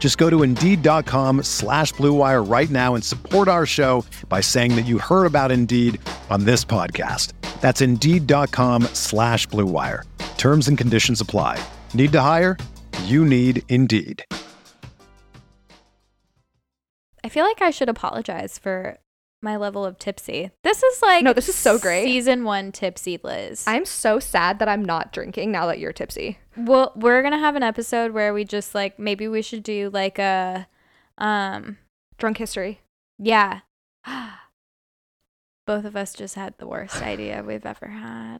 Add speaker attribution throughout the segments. Speaker 1: Just go to Indeed.com slash BlueWire right now and support our show by saying that you heard about Indeed on this podcast. That's Indeed.com slash BlueWire. Terms and conditions apply. Need to hire? You need Indeed.
Speaker 2: I feel like I should apologize for my level of tipsy. This is like
Speaker 3: No, this is so great.
Speaker 2: Season one tipsy Liz.
Speaker 3: I'm so sad that I'm not drinking now that you're tipsy.
Speaker 2: well, we're gonna have an episode where we just like maybe we should do like a um
Speaker 3: Drunk history.
Speaker 2: yeah. Both of us just had the worst idea we've ever had.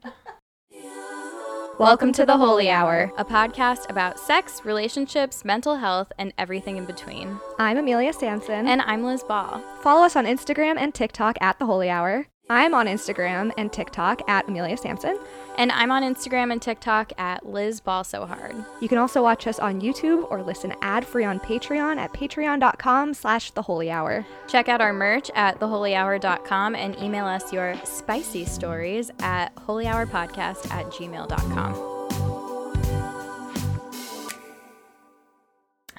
Speaker 2: Welcome to the Holy Hour, a podcast about sex, relationships, mental health, and everything in between.
Speaker 3: I'm Amelia Sampson.
Speaker 2: And I'm Liz Ball.
Speaker 3: follow us on Instagram and TikTok at The Holy Hour. I'm on Instagram and TikTok at Amelia Sampson.
Speaker 2: And I'm on Instagram and TikTok at Liz Ball So Hard.
Speaker 3: You can also watch us on YouTube or listen ad-free on Patreon at patreon.com slash The Holy Hour.
Speaker 2: Check out our merch at theholyhour.com and email us your spicy stories at holyhourpodcast at gmail.com.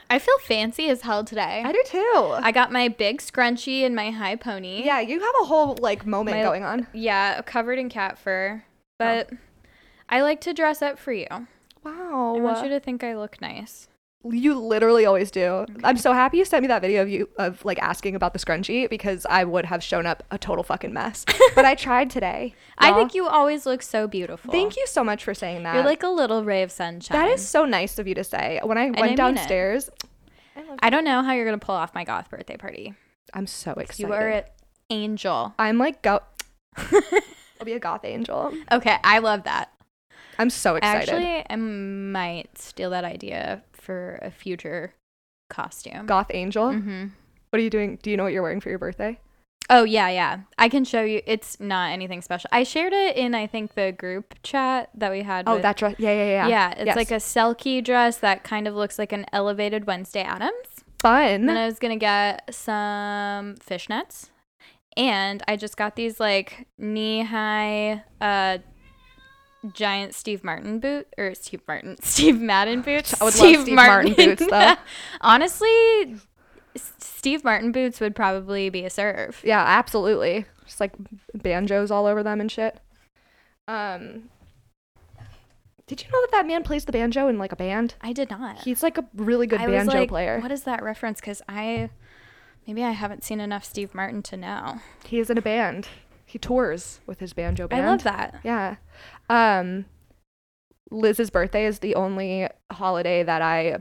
Speaker 2: I feel fancy as hell today.
Speaker 3: do too.
Speaker 2: I got my big scrunchie and my high pony.
Speaker 3: Yeah, you have a whole like moment
Speaker 2: My-
Speaker 3: going on.
Speaker 2: Yeah, covered in cat fur. But I like to dress up for you.
Speaker 3: Wow.
Speaker 2: I want you to think I look nice.
Speaker 3: You literally always do. I'm so happy you sent me that video of you of like asking about the scrunchie because I would have shown up a total fucking mess. but I tried today.
Speaker 2: I
Speaker 3: y'all.
Speaker 2: think you always look so beautiful.
Speaker 3: Thank you so much for saying that.
Speaker 2: You're like a little ray of sunshine.
Speaker 3: that is so nice of you to say. When I went
Speaker 2: I mean it.
Speaker 3: downstairs,
Speaker 2: I don't know how you're gonna pull off my goth birthday party.
Speaker 3: I'm so excited.
Speaker 2: You are an angel.
Speaker 3: I'm like go. I'll be a goth angel.
Speaker 2: Okay, I love that.
Speaker 3: I'm so excited.
Speaker 2: Actually, I might steal that idea for a future costume.
Speaker 3: goth angel.
Speaker 2: hmm
Speaker 3: What are you doing? Do you know what you're wearing for your birthday?
Speaker 2: Oh yeah, yeah. I can show you. It's not anything special. I shared it in I think the group chat that we had.
Speaker 3: Oh,
Speaker 2: with-
Speaker 3: that dress. Yeah, yeah, yeah.
Speaker 2: yeah. it's
Speaker 3: Yes.
Speaker 2: like a selkie dress that kind of looks like an elevated Wednesday Adams.
Speaker 3: fun.
Speaker 2: And then I was gonna get some fishnets, and I just got these like knee-high, uh, giant Steve Martin boot or Steve Martin, Steve Madden boots.
Speaker 3: I would love Steve Martin boots, though.
Speaker 2: Honestly, S- Steve Martin boots would probably be a serve.
Speaker 3: Yeah, absolutely. Just like banjos all over them and shit. Um, did you know that that man plays the banjo in like a band?
Speaker 2: I did not.
Speaker 3: He's like a really good
Speaker 2: I was
Speaker 3: banjo
Speaker 2: like,
Speaker 3: player.
Speaker 2: What is that reference? Because I maybe I haven't seen enough Steve Martin to know.
Speaker 3: He is in a band. He tours with his banjo band.
Speaker 2: I love that.
Speaker 3: Yeah. Um, Liz's birthday is the only holiday that I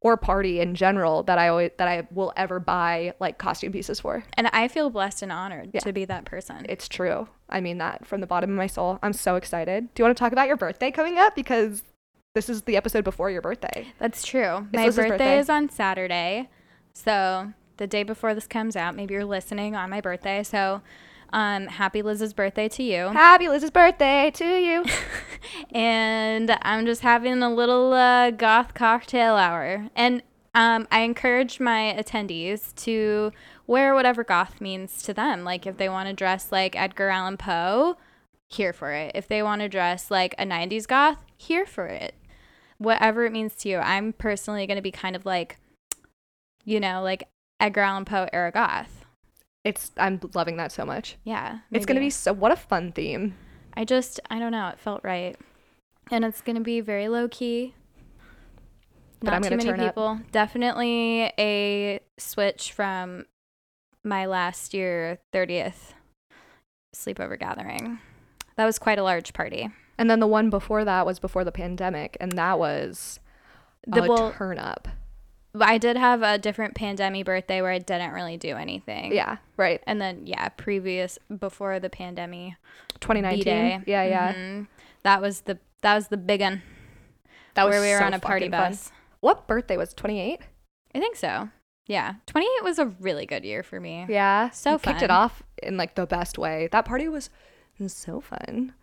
Speaker 3: or party in general that I always that I will ever buy like costume pieces for.
Speaker 2: And I feel blessed and honored
Speaker 3: Yeah.
Speaker 2: to be that person.
Speaker 3: It's true. I mean that from the bottom of my soul. I'm so excited. Do you want to talk about your birthday coming up? Because this is the episode before your birthday.
Speaker 2: That's true. My
Speaker 3: Liz's
Speaker 2: birthday,
Speaker 3: birthday.
Speaker 2: is on Saturday. So the day before this comes out, maybe you're listening on my birthday. So um, happy Liz's birthday to you.
Speaker 3: Happy Liz's birthday to you.
Speaker 2: And I'm just having a little uh, goth cocktail hour. And um, I encourage my attendees to wear whatever goth means to them. Like if they want to dress like Edgar Allan Poe, here for it. If they want to dress like a 90s goth, here for it. Whatever it means to you. I'm personally going to be kind of like, you know, like Edgar Allan Poe era goth.
Speaker 3: It's I'm loving that so much.
Speaker 2: Yeah.
Speaker 3: It's gonna
Speaker 2: maybe.
Speaker 3: be so what a fun theme.
Speaker 2: I just, I don't know. It felt right. And it's going to be very low key.
Speaker 3: But
Speaker 2: Not
Speaker 3: I'm
Speaker 2: too
Speaker 3: gonna
Speaker 2: many
Speaker 3: turn up.
Speaker 2: people. Definitely a switch from my last year 30th sleepover gathering. That was quite a large party.
Speaker 3: And then the one before that was before the pandemic, and that was
Speaker 2: The
Speaker 3: a
Speaker 2: well-
Speaker 3: turn up.
Speaker 2: I did have a different pandemic birthday where I didn't really do anything.
Speaker 3: Yeah, right.
Speaker 2: And then yeah, previous before the pandemic,
Speaker 3: 2019.
Speaker 2: B-Day.
Speaker 3: Yeah, yeah.
Speaker 2: Mhm. That was the that was the big one
Speaker 3: That was
Speaker 2: where we were
Speaker 3: so
Speaker 2: on a party
Speaker 3: fucking fun.
Speaker 2: bus.
Speaker 3: What birthday was 28?
Speaker 2: I think so. Yeah. 28 was a really good year for me.
Speaker 3: Yeah.
Speaker 2: So
Speaker 3: you kicked
Speaker 2: fun.
Speaker 3: it off in like the best way. That party was so fun.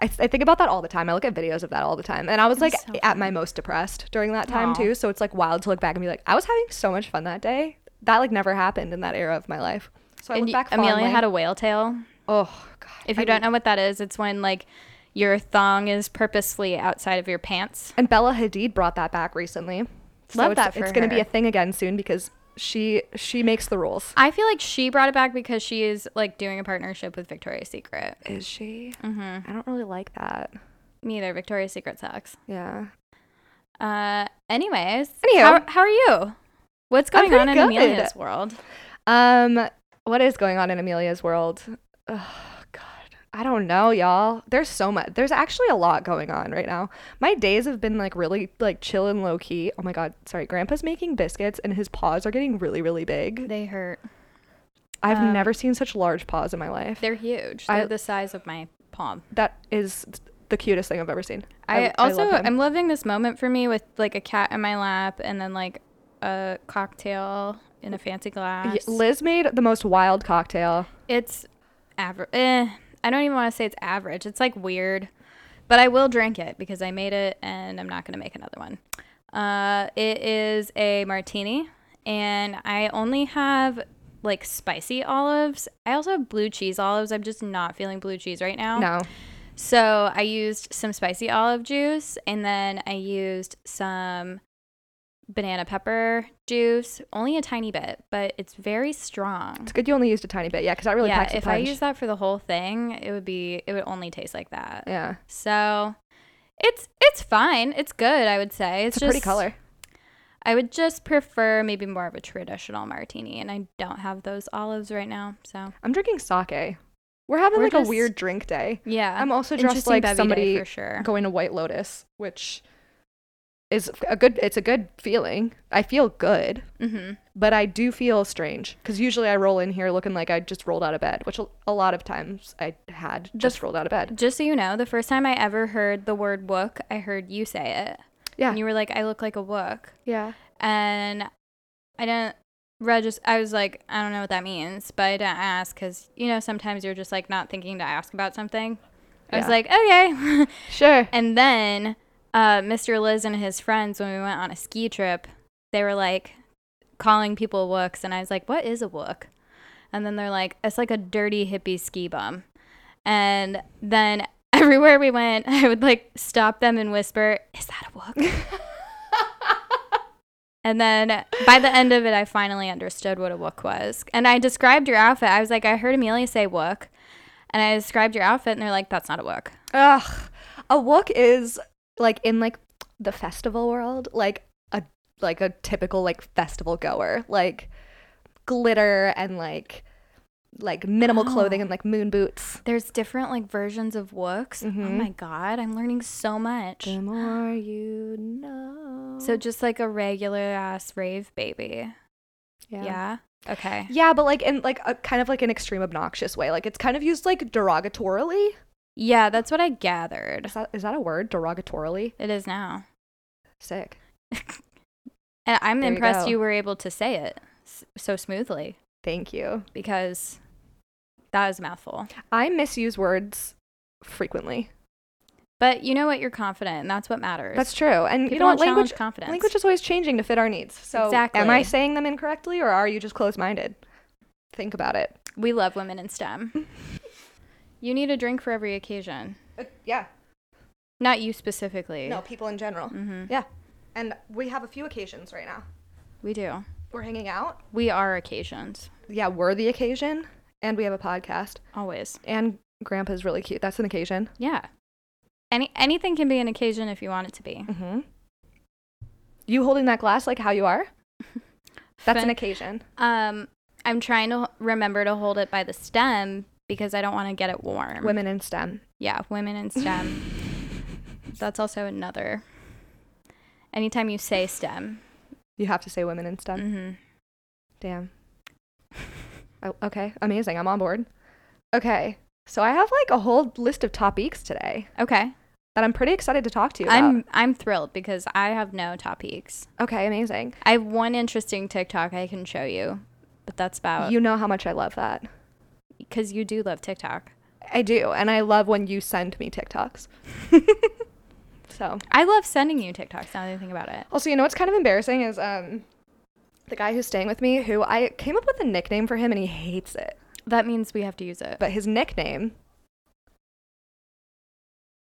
Speaker 3: I, I think about that all the time. I look at videos of that all the time. And I was
Speaker 2: It was
Speaker 3: like
Speaker 2: so
Speaker 3: at my most depressed during that time
Speaker 2: Aw.
Speaker 3: too. So it's like wild to look back and be like, I was having so much fun that day. That like never happened in that era of my life. So I
Speaker 2: And
Speaker 3: look
Speaker 2: y-
Speaker 3: back fondly.
Speaker 2: Amelia had a whale tail.
Speaker 3: oh god.
Speaker 2: If you
Speaker 3: I
Speaker 2: don't know what that is, it's when like your thong is purposely outside of your pants.
Speaker 3: And Bella Hadid brought that back recently. So
Speaker 2: Love
Speaker 3: it's,
Speaker 2: that for
Speaker 3: It's going to be
Speaker 2: her.
Speaker 3: a thing again soon because she she makes the rules.
Speaker 2: I feel like she brought it back because she is like doing a partnership with Victoria's Secret.
Speaker 3: Is she? Mm-hmm. I don't really like that.
Speaker 2: Me either. Victoria's Secret sucks.
Speaker 3: Yeah.
Speaker 2: Uh, anyways,
Speaker 3: Anywho.
Speaker 2: how, how are you? What's
Speaker 3: I'm
Speaker 2: going on in
Speaker 3: pretty good.
Speaker 2: Amelia's world?
Speaker 3: Um, what is going on in Amelia's world? Oh God, I don't know, y'all. There's so much. There's actually a lot going on right now. My days have been like really like chill and low key. Oh my God, sorry. Grandpa's making biscuits and his paws are getting really really big.
Speaker 2: They hurt.
Speaker 3: I've
Speaker 2: Um,
Speaker 3: never seen such large paws in my life.
Speaker 2: They're huge.
Speaker 3: I-
Speaker 2: They're the size of my palm.
Speaker 3: That is the cutest thing I've ever seen.
Speaker 2: I, also
Speaker 3: love him.
Speaker 2: I'm loving this moment for me with like a cat in my lap and then like a cocktail in a fancy glass.
Speaker 3: Y- Liz made the most wild cocktail.
Speaker 2: it's average. Eh, I don't even want to say it's average. It's like weird, but I will drink it because I made it and I'm not gonna make another one. Uh, it is a martini, and I only have like spicy olives. I also have blue cheese olives. I'm just not feeling blue cheese right now.
Speaker 3: No,
Speaker 2: So I used some spicy olive juice and then I used some banana pepper juice, only a tiny bit, but it's very strong.
Speaker 3: it's good you only used a tiny bit. Yeah, because that really
Speaker 2: yeah,
Speaker 3: packs the
Speaker 2: if I
Speaker 3: punch.
Speaker 2: use that for the whole thing, it would be it would only taste like that.
Speaker 3: yeah,
Speaker 2: So it's it's fine. It's good, I would say. It's,
Speaker 3: it's a
Speaker 2: just
Speaker 3: pretty color.
Speaker 2: I would just prefer maybe more of a traditional martini and I don't have those olives right now. So
Speaker 3: I'm drinking sake. We're having
Speaker 2: We're
Speaker 3: like
Speaker 2: just-
Speaker 3: a weird drink day.
Speaker 2: yeah.
Speaker 3: I'm also dressed
Speaker 2: Interesting
Speaker 3: like
Speaker 2: bevy day
Speaker 3: somebody
Speaker 2: for sure.
Speaker 3: going to White Lotus, which is a good. It's a good feeling. I feel good,
Speaker 2: mm-hmm.
Speaker 3: but I do feel strange because usually I roll in here looking like I just rolled out of bed, which a- a lot of times I had just rolled out of bed.
Speaker 2: Just so you know, the first time I ever heard the word wook, I heard you say it.
Speaker 3: Yeah,
Speaker 2: And you were like, I look like a wook.
Speaker 3: yeah.
Speaker 2: And I didn't register. I was like, I don't know what that means, but I didn't ask because, you know, sometimes you're just like not thinking to ask about something. I was
Speaker 3: Yeah.
Speaker 2: like, okay.
Speaker 3: Sure.
Speaker 2: and then uh, Mr. Liz and his friends, when we went on a ski trip, they were like calling people wooks. And I was like, what is a wook? And then they're like, it's like a dirty hippie ski bum. And then everywhere we went, I would like stop them and whisper, Is that a wook? and then by the end of it, I finally understood what a wook was. And I described your outfit. I was like, I heard Amelia say wook. And I described your outfit, and they're like, That's not a wook.
Speaker 3: Ugh. A wook is like in like the festival world, like a like a typical like festival goer, like glitter and like like minimal clothing and like moon boots.
Speaker 2: There's different like versions of wooks. Oh
Speaker 3: Mhm.
Speaker 2: my god, I'm learning so much.
Speaker 3: The more you know.
Speaker 2: So just like a regular ass rave baby. Yeah.
Speaker 3: yeah.
Speaker 2: Okay.
Speaker 3: Yeah, but like in like a kind of like an extreme obnoxious way. Like it's kind of used like derogatorily.
Speaker 2: Yeah, that's what I gathered.
Speaker 3: Is that is that a word? Derogatorily?
Speaker 2: It is now.
Speaker 3: Sick.
Speaker 2: And I'm
Speaker 3: There you
Speaker 2: impressed
Speaker 3: go.
Speaker 2: you, were able to say it s- so smoothly
Speaker 3: Thank you.
Speaker 2: because that is a mouthful.
Speaker 3: I misuse words frequently.
Speaker 2: But you know what? You're confident, and that's what matters.
Speaker 3: That's true. And
Speaker 2: People
Speaker 3: you know what?
Speaker 2: don't
Speaker 3: Language
Speaker 2: challenge confidence.
Speaker 3: Language is always changing to fit our needs. So am
Speaker 2: Exactly.
Speaker 3: I saying them incorrectly or are you just closed minded? Think about it.
Speaker 2: we love women in STEM. you need a drink for every occasion,
Speaker 3: Uh, yeah.
Speaker 2: not you specifically.
Speaker 3: No, people in general.
Speaker 2: hmm
Speaker 3: Yeah. And we have a few occasions right now.
Speaker 2: We do.
Speaker 3: We're hanging out.
Speaker 2: We are occasions.
Speaker 3: Yeah, we're the occasion. And we have a podcast.
Speaker 2: Always.
Speaker 3: And grandpa's really cute. That's an occasion.
Speaker 2: Yeah. Any anything can be an occasion if you want it to be.
Speaker 3: Mm-hmm. You holding that glass like how you are? That's an
Speaker 2: Fin-
Speaker 3: occasion.
Speaker 2: Um I'm trying to h- remember to hold it by the stem because I don't want to get it warm.
Speaker 3: Women in STEM.
Speaker 2: Yeah, women in STEM. That's also another. Anytime you say
Speaker 3: Um,
Speaker 2: STEM,
Speaker 3: You have to say women in STEM.
Speaker 2: hmm
Speaker 3: Damn. Oh, okay, amazing. I'm on board. Okay, so I have like a whole list of topics today
Speaker 2: okay,
Speaker 3: that I'm pretty excited to talk to you uh, about.
Speaker 2: I'm I'm thrilled because I have no topics.
Speaker 3: Okay, amazing.
Speaker 2: I have one interesting TikTok I can show you, but that's about
Speaker 3: You know how much I love that.
Speaker 2: because you do love TikTok.
Speaker 3: I do, and I love when you send me TikToks. so,
Speaker 2: I love sending you TikToks. Now that I think about it,
Speaker 3: also, you know what's kind of embarrassing is um, the guy who's staying with me, who I came up with a nickname for him, and he hates it.
Speaker 2: that means we have to use it.
Speaker 3: But his nickname,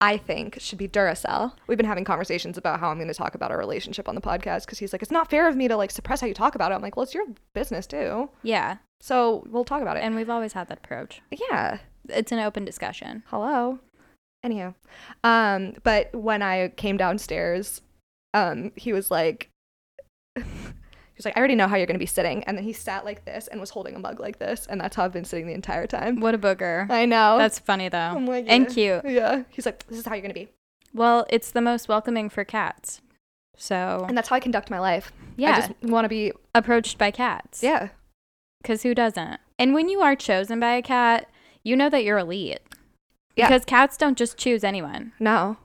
Speaker 3: I think, should be Duracell. We've been having conversations about how I'm going to talk about our relationship on the podcast because he's like, it's not fair of me to like suppress how you talk about it. I'm like, well, it's your business too.
Speaker 2: yeah,
Speaker 3: So we'll talk about it.
Speaker 2: and we've always had that approach.
Speaker 3: yeah.
Speaker 2: It's an open discussion.
Speaker 3: hello anyhow um but when i came downstairs um he was like he was like i already know how you're gonna be sitting and then he sat like this and was holding a mug like this and that's how i've been sitting the entire time
Speaker 2: What a booger.
Speaker 3: i know
Speaker 2: That's funny though.
Speaker 3: I'm like,
Speaker 2: And
Speaker 3: yeah.
Speaker 2: cute.
Speaker 3: yeah he's like this is how you're gonna be
Speaker 2: Well, it's the most welcoming for cats. So,
Speaker 3: and that's how i conduct my life
Speaker 2: yeah,
Speaker 3: i just want to be
Speaker 2: approached by cats.
Speaker 3: yeah
Speaker 2: Because who doesn't? And when you are chosen by a cat, you know that you're elite.
Speaker 3: Yeah.
Speaker 2: Because cats don't just choose anyone.
Speaker 3: no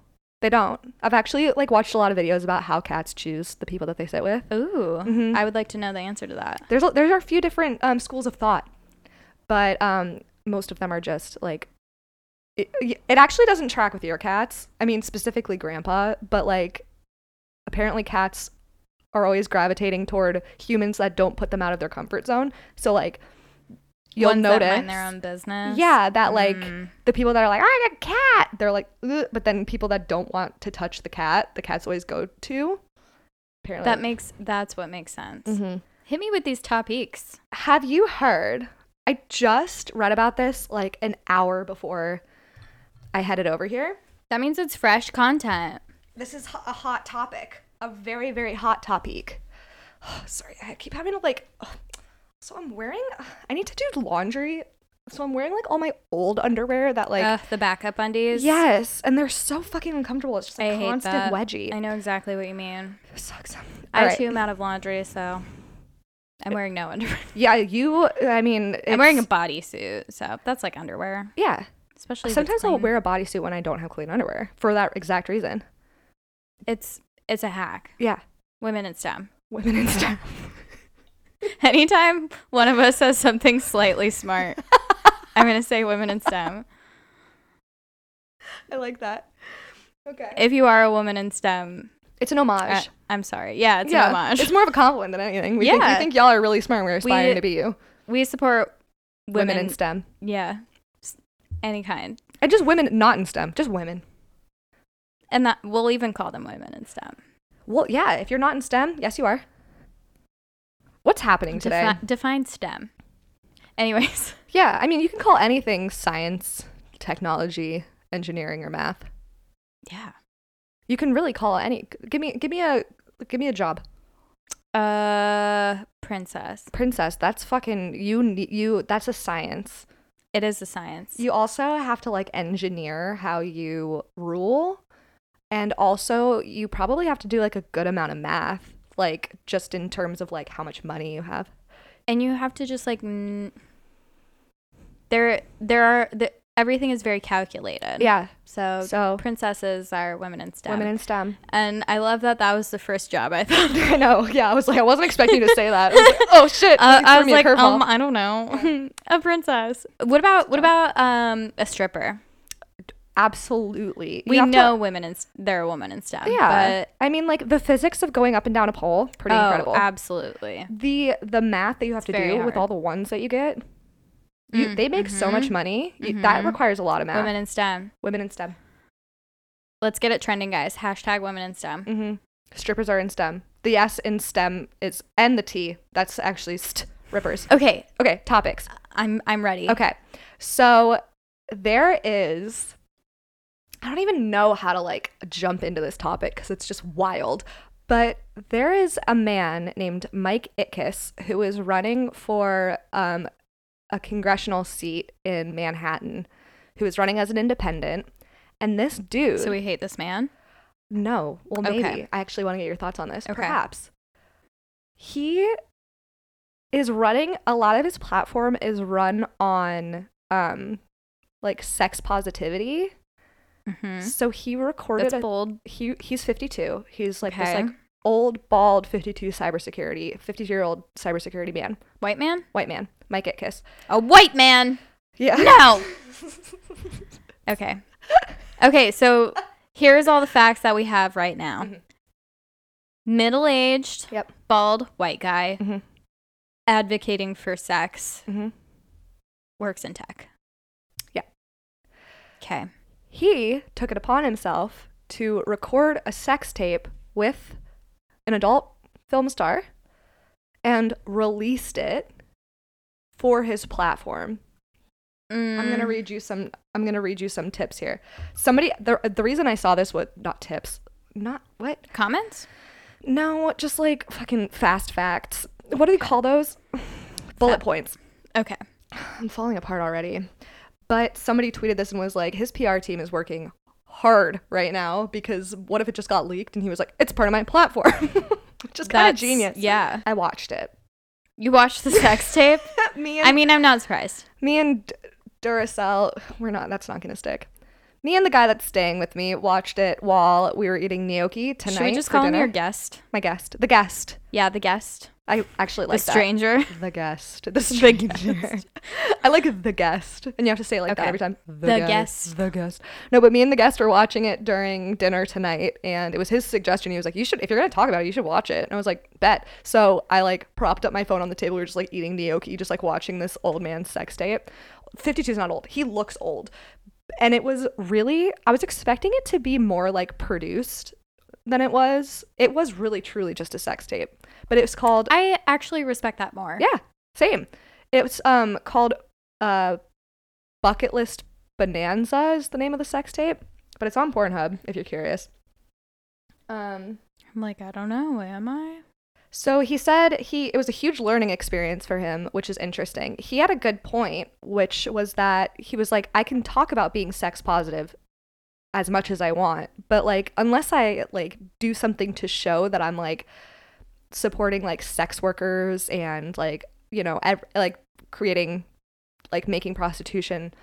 Speaker 3: they don't i've actually like watched a lot of videos about how cats choose the people that they sit with
Speaker 2: Ooh.
Speaker 3: Mhm.
Speaker 2: I would like to know the answer to that.
Speaker 3: there's a, there are a few different um, schools of thought, but um, most of them are just like it, it actually doesn't track with your cats. I mean, specifically Grandpa, but like apparently cats are always gravitating toward humans that don't put them out of their comfort zone. So like you'll
Speaker 2: Ones
Speaker 3: notice.
Speaker 2: That mind their own business.
Speaker 3: yeah, that like
Speaker 2: Mm.
Speaker 3: the people that are like, I got a cat, they're like, Ugh. but then people that don't want to touch the cat, the cats always go to. Apparently,
Speaker 2: That makes, that's what makes sense.
Speaker 3: Mhm.
Speaker 2: Hit me with these topics.
Speaker 3: Have you heard? I just read about this like an hour before I headed over here.
Speaker 2: That means it's fresh content.
Speaker 3: This is ho- a hot topic, a very, very hot topic. Sorry, I keep having to like. So I'm wearing. I need to do laundry. So I'm wearing like all my old underwear that like.
Speaker 2: Ugh, the backup undies.
Speaker 3: yes, and they're so fucking uncomfortable. It's just
Speaker 2: I
Speaker 3: a
Speaker 2: hate
Speaker 3: constant
Speaker 2: that.
Speaker 3: wedgie.
Speaker 2: I know exactly what you mean.
Speaker 3: It sucks.
Speaker 2: I
Speaker 3: All right.
Speaker 2: too am out of laundry, so I'm wearing no underwear.
Speaker 3: Yeah, you. I mean,
Speaker 2: I'm wearing a
Speaker 3: it's-
Speaker 2: bodysuit, so that's like underwear.
Speaker 3: Yeah.
Speaker 2: Especially if it's
Speaker 3: Sometimes I'll
Speaker 2: clean.
Speaker 3: wear a bodysuit when I don't have clean underwear for that exact reason.
Speaker 2: It's it's a hack.
Speaker 3: Yeah.
Speaker 2: Women in STEM.
Speaker 3: women in STEM.
Speaker 2: Anytime one of us says something slightly smart, I'm gonna say women in STEM.
Speaker 3: I like that. Okay.
Speaker 2: If you are a woman in STEM,
Speaker 3: it's an homage.
Speaker 2: I, am sorry. Yeah, it's
Speaker 3: yeah,
Speaker 2: an homage.
Speaker 3: It's more of a compliment than anything. We, think, we
Speaker 2: Yeah.
Speaker 3: think y'all are really smart. and We're
Speaker 2: We-
Speaker 3: aspiring to be you.
Speaker 2: we support
Speaker 3: Women,
Speaker 2: women,
Speaker 3: in STEM.
Speaker 2: Yeah, S- any kind,
Speaker 3: And just women not in STEM, just women.
Speaker 2: and that we'll even call them women in STEM.
Speaker 3: Well, yeah, if you're not in STEM, yes, you are. What's happening today?
Speaker 2: Defi- define STEM. Anyways,
Speaker 3: yeah, I mean, you can call anything science, technology, engineering, or math.
Speaker 2: yeah.
Speaker 3: You can really call any. Give me, give me a, give me a job,
Speaker 2: Uh, princess.
Speaker 3: princess. That's fucking you. ne- You. That's a science.
Speaker 2: It is a science.
Speaker 3: You also have to like engineer how you rule. And also, you probably have to do like a good amount of math, like just in terms of like how much money you have.
Speaker 2: and you have to just like n- there there are the, everything is very calculated
Speaker 3: Yeah.
Speaker 2: so,
Speaker 3: So-
Speaker 2: princesses are women in stem
Speaker 3: Women in STEM.
Speaker 2: and i love that that was the first job i thought
Speaker 3: I know. Yeah. I was like, I wasn't expecting you to say that. I was like, oh shit.
Speaker 2: uh,
Speaker 3: you
Speaker 2: i
Speaker 3: threw
Speaker 2: was
Speaker 3: me a
Speaker 2: like
Speaker 3: curveball.
Speaker 2: um i don't know a princess what about what about um a stripper
Speaker 3: absolutely. You
Speaker 2: we
Speaker 3: have to-
Speaker 2: know women in s- they're a woman in stem
Speaker 3: yeah.
Speaker 2: but
Speaker 3: I mean, like the physics of going up and down a pole, pretty
Speaker 2: oh,
Speaker 3: incredible.
Speaker 2: absolutely
Speaker 3: the the math that you have to
Speaker 2: very
Speaker 3: do
Speaker 2: hard.
Speaker 3: with
Speaker 2: Mm,
Speaker 3: all the ones that you get, you, they make
Speaker 2: Mm-hmm.
Speaker 3: so much money. You, That requires a lot of math.
Speaker 2: women in stem
Speaker 3: Women in STEM.
Speaker 2: let's get it trending guys hashtag women in stem
Speaker 3: hmm Strippers are in STEM. The S in STEM is and the T. That's actually st rippers.
Speaker 2: okay
Speaker 3: Okay, topics.
Speaker 2: i'm i'm ready
Speaker 3: Okay, so there is. I don't even know how to like jump into this topic because it's just wild. But there is a man named Mike Itkiss who is running for um, a congressional seat in Manhattan who was running as an independent. And this dude.
Speaker 2: So we hate this man.
Speaker 3: No. Well,
Speaker 2: Okay.
Speaker 3: maybe. I actually want to get your thoughts on this.
Speaker 2: Okay.
Speaker 3: Perhaps. He is running, a lot of his platform is run on um like sex positivity.
Speaker 2: Mm-hmm.
Speaker 3: So he recorded
Speaker 2: That's
Speaker 3: a,
Speaker 2: bold.
Speaker 3: he he's 52. He's like
Speaker 2: Okay.
Speaker 3: this like old bald 52 cybersecurity 52-year-old cybersecurity man,
Speaker 2: White man?
Speaker 3: white man, might get kissed.
Speaker 2: A white man.
Speaker 3: Yeah.
Speaker 2: No. okay. Okay, so here's all the facts that we have right now.
Speaker 3: Mhm.
Speaker 2: Middle-aged,
Speaker 3: Yep.
Speaker 2: bald white guy
Speaker 3: Mhm.
Speaker 2: advocating for sex
Speaker 3: Mhm.
Speaker 2: works in tech.
Speaker 3: Yeah.
Speaker 2: Okay.
Speaker 3: he took it upon himself to record a sex tape with an adult film star and released it for his platform. I'm going to read you some I'm going to read you some tips here. Somebody the, the reason I saw this was not tips. Not what?
Speaker 2: comments.
Speaker 3: No, just like fucking fast facts. What do they call those? Bullet points.
Speaker 2: Okay.
Speaker 3: I'm falling apart already. But somebody tweeted this and was like, his PR team is working hard right now because what if it just got leaked? And he was like, it's part of my platform. Which is kind
Speaker 2: That's-
Speaker 3: of genius.
Speaker 2: yeah.
Speaker 3: I watched it.
Speaker 2: You watched the sex tape.
Speaker 3: me and
Speaker 2: I mean, I'm not surprised.
Speaker 3: me and D- Duracell, we're not. That's not gonna stick. Me and the guy that's staying with me watched it while we were eating gnocchi tonight.
Speaker 2: Should we just
Speaker 3: for
Speaker 2: call him
Speaker 3: dinner.
Speaker 2: your guest?
Speaker 3: my guest? The guest.
Speaker 2: Yeah, the guest,
Speaker 3: I actually
Speaker 2: the
Speaker 3: like that.
Speaker 2: stranger.
Speaker 3: The guest. The stranger. I like the guest. And you have to say it like
Speaker 2: Okay.
Speaker 3: that every time. The,
Speaker 2: The
Speaker 3: gu-
Speaker 2: guest.
Speaker 3: The guest. No, but me and the guest were watching it during dinner tonight and it was his suggestion. He was like, You should if you're gonna talk about it, you should watch it. And I was like, Bet. So I like propped up my phone on the table. We were just like eating gnocchi, just like watching this old man's sex tape. 52 is not old. He looks old. And it was really I was expecting it to be more like produced than it was. It was really truly just a sex tape. But it was called
Speaker 2: I actually respect that more.
Speaker 3: yeah, same. It's um called uh Bucket List Bonanza is the name of the sex tape, but it's on Pornhub if you're curious. Um
Speaker 2: I'm like, I don't know. Am I?
Speaker 3: so he said he it was a huge learning experience for him, which is interesting. He had a good point, which was that he was like, I can talk about being sex positive as much as I want, but like unless I like do something to show that I'm like supporting like sex workers and like, you know, ev- like creating like making prostitution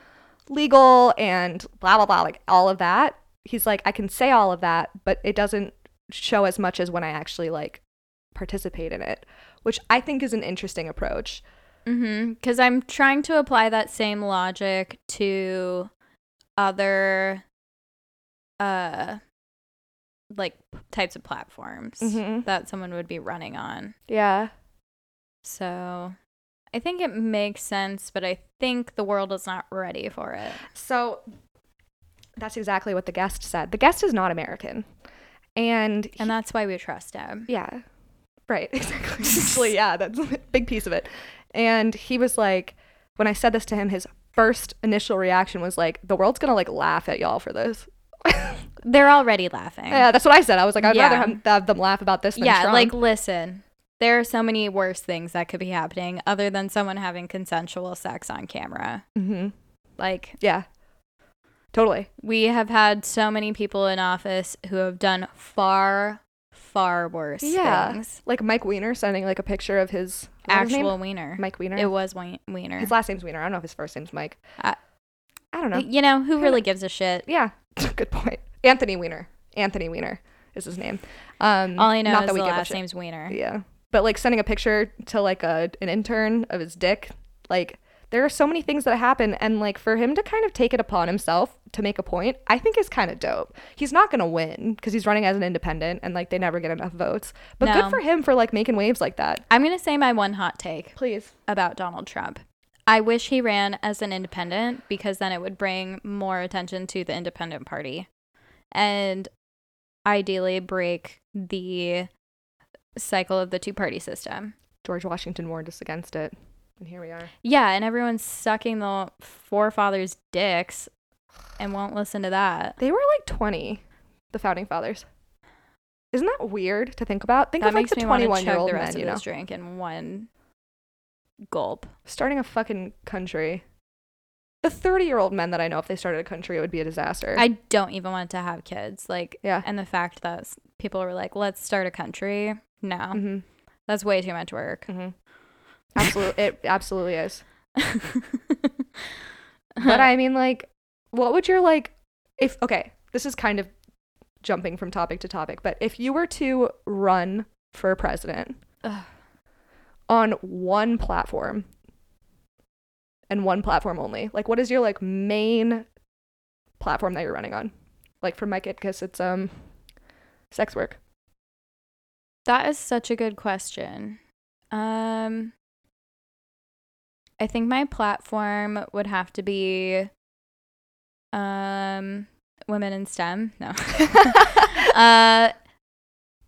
Speaker 3: legal and blah blah blah like all of that. He's like I can say all of that, but it doesn't show as much as when I actually like participate in it, which I think is an interesting approach.
Speaker 2: Mm-hmm. Because I'm trying to apply that same logic to other, uh, like p- types of platforms
Speaker 3: Mhm.
Speaker 2: that someone would be running on.
Speaker 3: Yeah.
Speaker 2: So, I think it makes sense, but I think the world is not ready for it.
Speaker 3: So that's exactly what the guest said. The guest is not American. And,
Speaker 2: And that's why we trust him.
Speaker 3: yeah. Right, exactly. Actually, yeah, that's a big piece of it. And he was like when I said this to him, his first initial reaction was like, the world's gonna like laugh at y'all for this.
Speaker 2: They're already laughing.
Speaker 3: Yeah, that's what I said. I was like, I'd rather
Speaker 2: Yeah.
Speaker 3: have, have them laugh about this than
Speaker 2: yeah,
Speaker 3: Trump.
Speaker 2: like listen. There are so many worse things that could be happening other than someone having consensual sex on camera.
Speaker 3: Mhm.
Speaker 2: Like
Speaker 3: yeah, totally.
Speaker 2: we have had so many people in office who have done far, far worse
Speaker 3: Yeah.
Speaker 2: things.
Speaker 3: Like Mike Weiner sending like a picture of his what was his name?
Speaker 2: Actual wiener. Uh,
Speaker 3: Mike Weiner.
Speaker 2: It was wien- wiener.
Speaker 3: His last name's Wiener. I don't know if his first name's Mike.
Speaker 2: I-
Speaker 3: I don't know.
Speaker 2: You know who really gives a shit?
Speaker 3: yeah, good point. Anthony Weiner. Anthony Weiner is his name. Um,
Speaker 2: All I know
Speaker 3: not
Speaker 2: is
Speaker 3: that we
Speaker 2: the
Speaker 3: give a
Speaker 2: last
Speaker 3: shit.
Speaker 2: name's Wiener.
Speaker 3: Yeah, but like sending a picture to like a an intern of his dick. Like there are so many things that happen, and like for him to kind of take it upon himself to make a point, I think is kind of dope. He's not gonna win because he's running as an independent, and like they never get enough votes. But
Speaker 2: No.
Speaker 3: good for him for like making waves like that.
Speaker 2: I'm gonna say my one hot take
Speaker 3: Please.
Speaker 2: about Donald Trump. I wish he ran as an independent because then it would bring more attention to the independent party and ideally break the cycle of the two party system.
Speaker 3: George Washington warned us against it, and here we are.
Speaker 2: Yeah, and everyone's sucking the forefathers' dicks and won't listen to that.
Speaker 3: They were like 20, the founding fathers. Isn't that weird to think about? Think
Speaker 2: that
Speaker 3: of like
Speaker 2: makes
Speaker 3: the
Speaker 2: me want to
Speaker 3: 21 year
Speaker 2: chug
Speaker 3: old
Speaker 2: the rest
Speaker 3: men, you
Speaker 2: of
Speaker 3: know.
Speaker 2: this drink in one Gulp.
Speaker 3: Starting a fucking country. The 30 year old men that I know, if they started a country, it would be a disaster.
Speaker 2: I don't even want to have kids. Like,
Speaker 3: Yeah.
Speaker 2: And the fact that s- people were like, let's start a country. No,
Speaker 3: hmm
Speaker 2: that's way too much work.
Speaker 3: hmm Absolutely. it absolutely is. but I mean, like, what would your like if okay, this is kind of jumping from topic to topic, but if you were to run for president
Speaker 2: Ugh.
Speaker 3: on one platform and one platform only, like, what is your like main platform that you're running on? Like for Mike Itkus, it's um sex work.
Speaker 2: that is such a good question. Um, I think my platform would have to be, um, women in STEM. No. uh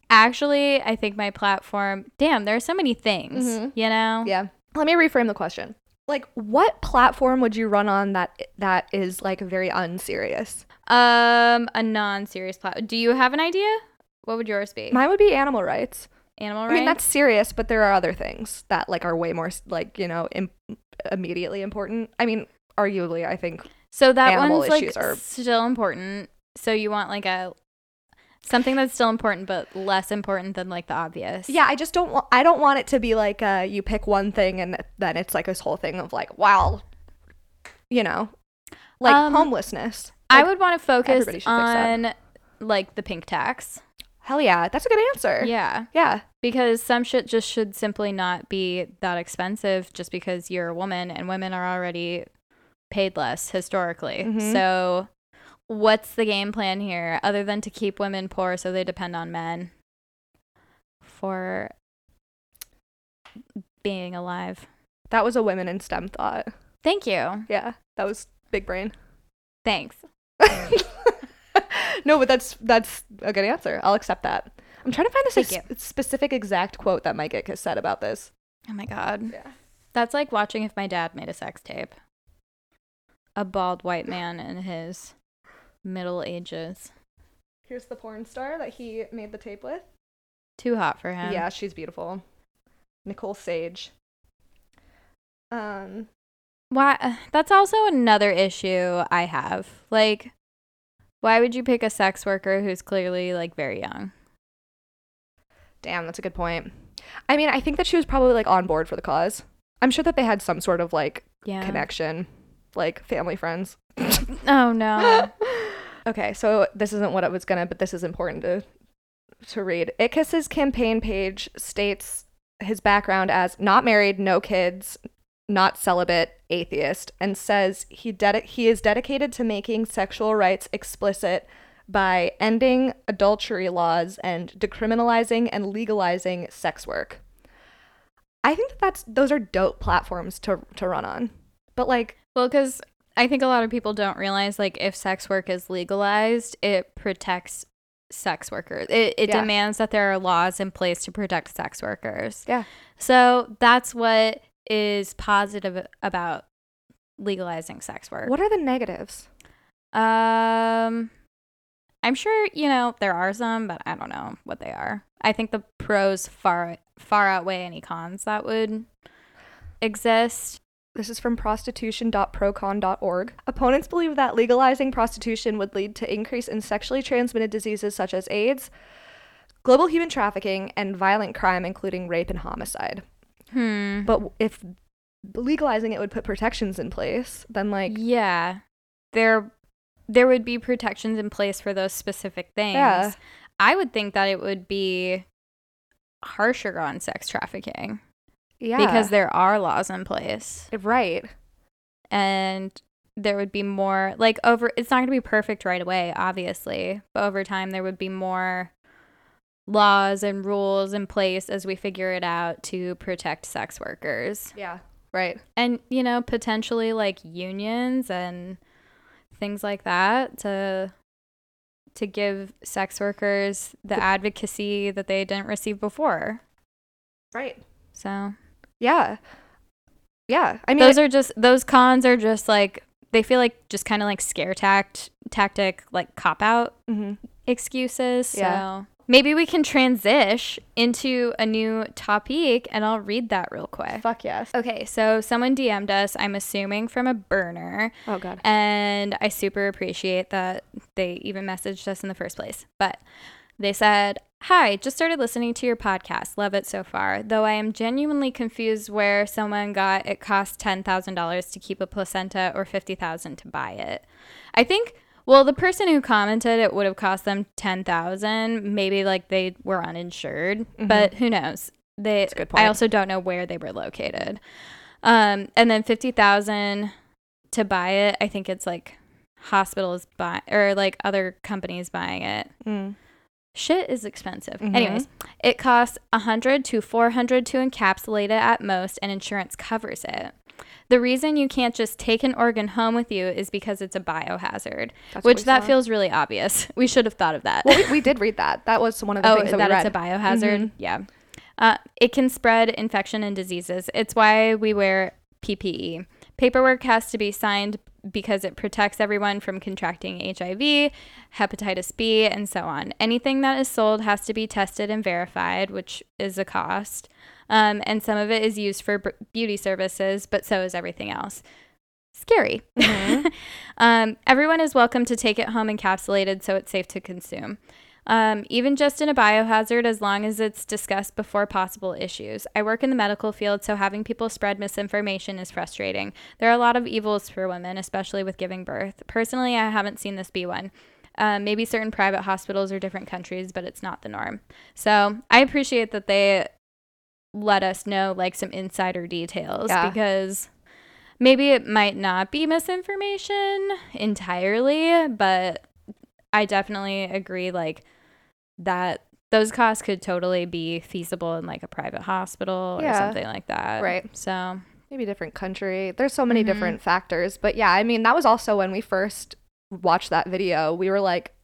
Speaker 2: actually i think my platform damn there are so many things
Speaker 3: Mhm.
Speaker 2: you know
Speaker 3: Yeah. Let me reframe the question. Like, what platform would you run on that that is like very unserious?
Speaker 2: um a non-serious platform do you have an idea what would yours be
Speaker 3: Mine would be animal rights.
Speaker 2: animal
Speaker 3: I
Speaker 2: rights
Speaker 3: mean, that's serious, but there are other things that like are way more like you know Im- immediately important. I mean, arguably, I think
Speaker 2: so that
Speaker 3: animal
Speaker 2: one's like
Speaker 3: issues are-
Speaker 2: still important so you want like a something that's still important but less important than like the obvious
Speaker 3: yeah. I just don't want I don't want it to be like uh, you pick one thing and then it's like this whole thing of like wow, you know, like
Speaker 2: Um,
Speaker 3: homelessness.
Speaker 2: i
Speaker 3: Like,
Speaker 2: would want to
Speaker 3: everybody should
Speaker 2: focus
Speaker 3: fix that.
Speaker 2: on like the pink tax
Speaker 3: hell yeah, that's a good answer.
Speaker 2: yeah
Speaker 3: yeah,
Speaker 2: because some shit just should simply not be that expensive just because you're a woman and women are already paid less historically.
Speaker 3: Mhm.
Speaker 2: So what's the game plan here other than to keep women poor so they depend on men for being alive?
Speaker 3: that was a women in STEM thought.
Speaker 2: Thank you.
Speaker 3: Yeah, that was big brain.
Speaker 2: Thanks.
Speaker 3: no, but that's that's a good answer. I'll accept that. I'm trying to find this
Speaker 2: Thank
Speaker 3: ex- specific exact quote that Mike Ick has said about this.
Speaker 2: Oh my god.
Speaker 3: Yeah.
Speaker 2: That's like watching if my dad made a sex tape. A bald white man in his middle ages.
Speaker 3: Here's the porn star that he made the tape with.
Speaker 2: Too hot for him.
Speaker 3: Yeah, she's beautiful. Nicole Sage. Um,
Speaker 2: why that's also another issue i have like why would you pick a sex worker who's clearly like very young
Speaker 3: damn, that's a good point. I mean, I think that she was probably like on board for the cause. I'm sure that they had some sort of like
Speaker 2: yeah
Speaker 3: connection, like family friends.
Speaker 2: oh no
Speaker 3: Okay, so this isn't what it was gonna, but this is important to to read. Ickes's campaign page states his background as not married, no kids, not celibate, atheist, and says he dedi- he is dedicated to making sexual rights explicit by ending adultery laws and decriminalizing and legalizing sex work. I think that that's those are dope platforms to to run on, but like
Speaker 2: well because i think a lot of people don't realize like if sex work is legalized it protects sex workers it, it
Speaker 3: Yeah.
Speaker 2: demands that there are laws in place to protect sex workers
Speaker 3: Yeah.
Speaker 2: so that's what is positive about legalizing sex work
Speaker 3: what are the negatives?
Speaker 2: Um, I'm sure you know there are some, but I don't know what they are. I think the pros far far outweigh any cons that would exist.
Speaker 3: This is from prostitution.procon.org. Opponents believe that legalizing prostitution would lead to increase in sexually transmitted diseases such as AIDS, global human trafficking, and violent crime including rape and homicide.
Speaker 2: Hmm.
Speaker 3: But w- if legalizing it would put protections in place, then like
Speaker 2: yeah, there there would be protections in place for those specific things.
Speaker 3: Yeah.
Speaker 2: I would think that it would be harsher on sex trafficking
Speaker 3: yeah.
Speaker 2: because there are laws in place.
Speaker 3: right.
Speaker 2: and there would be more like over it's not going to be perfect right away obviously but over time there would be more laws and rules in place as we figure it out to protect sex workers
Speaker 3: Yeah. Right.
Speaker 2: and you know potentially like unions and things like that to to give sex workers the advocacy that they didn't receive before
Speaker 3: Right.
Speaker 2: so
Speaker 3: Yeah. Yeah. I mean
Speaker 2: those are just those cons are just like they feel like just kind of like scare tact tactic like cop out
Speaker 3: Mhm.
Speaker 2: excuses. So
Speaker 3: Yeah.
Speaker 2: Maybe we can transition into a new topic and I'll read that real quick.
Speaker 3: Fuck yes.
Speaker 2: Okay, so someone DM'd us, I'm assuming from a burner.
Speaker 3: Oh god.
Speaker 2: And I super appreciate that they even messaged us in the first place. But they said, Hi, just started listening to your podcast. Love it so far. Though I am genuinely confused where someone got it cost $10,000 to keep a placenta or 50000 to buy it. I think. Well, the person who commented it would have cost them ten thousand. Maybe like they were uninsured, but who knows? They.
Speaker 3: Mm-hmm. a good
Speaker 2: I
Speaker 3: point.
Speaker 2: also don't know where they were located. Um, and then fifty thousand to buy it. I think it's like hospitals buy or like other companies buying it.
Speaker 3: Mm.
Speaker 2: Shit is expensive.
Speaker 3: Mhm.
Speaker 2: Anyways, it costs 100 to 400 to encapsulate it at most and insurance covers it. The reason you can't just take an organ home with you is because it's a biohazard,
Speaker 3: That's what we
Speaker 2: which that
Speaker 3: saw.
Speaker 2: feels really obvious. We should have thought of that.
Speaker 3: Well, we, we did read that. That was one of the
Speaker 2: oh,
Speaker 3: things that,
Speaker 2: that
Speaker 3: we read. Mm-hmm.
Speaker 2: it's a biohazard. Yeah. Uh, it can spread infection and diseases. It's why we wear PPE. Paperwork has to be signed because it protects everyone from contracting HIV, hepatitis B, and so on. Anything that is sold has to be tested and verified, which is a cost. Um, and some of it is used for b- beauty services, but so is everything else. Scary.
Speaker 3: Mm-hmm.
Speaker 2: um, everyone is welcome to take it home encapsulated so it's safe to consume. Um, even just in a biohazard, as long as it's discussed before possible issues. I work in the medical field, so having people spread misinformation is frustrating. There are a lot of evils for women, especially with giving birth. Personally, I haven't seen this be one. Uh, maybe certain private hospitals or different countries, but it's not the norm. So I appreciate that they let us know like some insider details
Speaker 3: Yeah.
Speaker 2: because maybe it might not be misinformation entirely, but I definitely agree like that those costs could totally be feasible in like a private hospital or
Speaker 3: Yeah.
Speaker 2: something like that.
Speaker 3: Right.
Speaker 2: So
Speaker 3: Maybe different country. There's so many
Speaker 2: Mhm.
Speaker 3: different factors. But yeah, I mean, that was also when we first watched that video. We were like,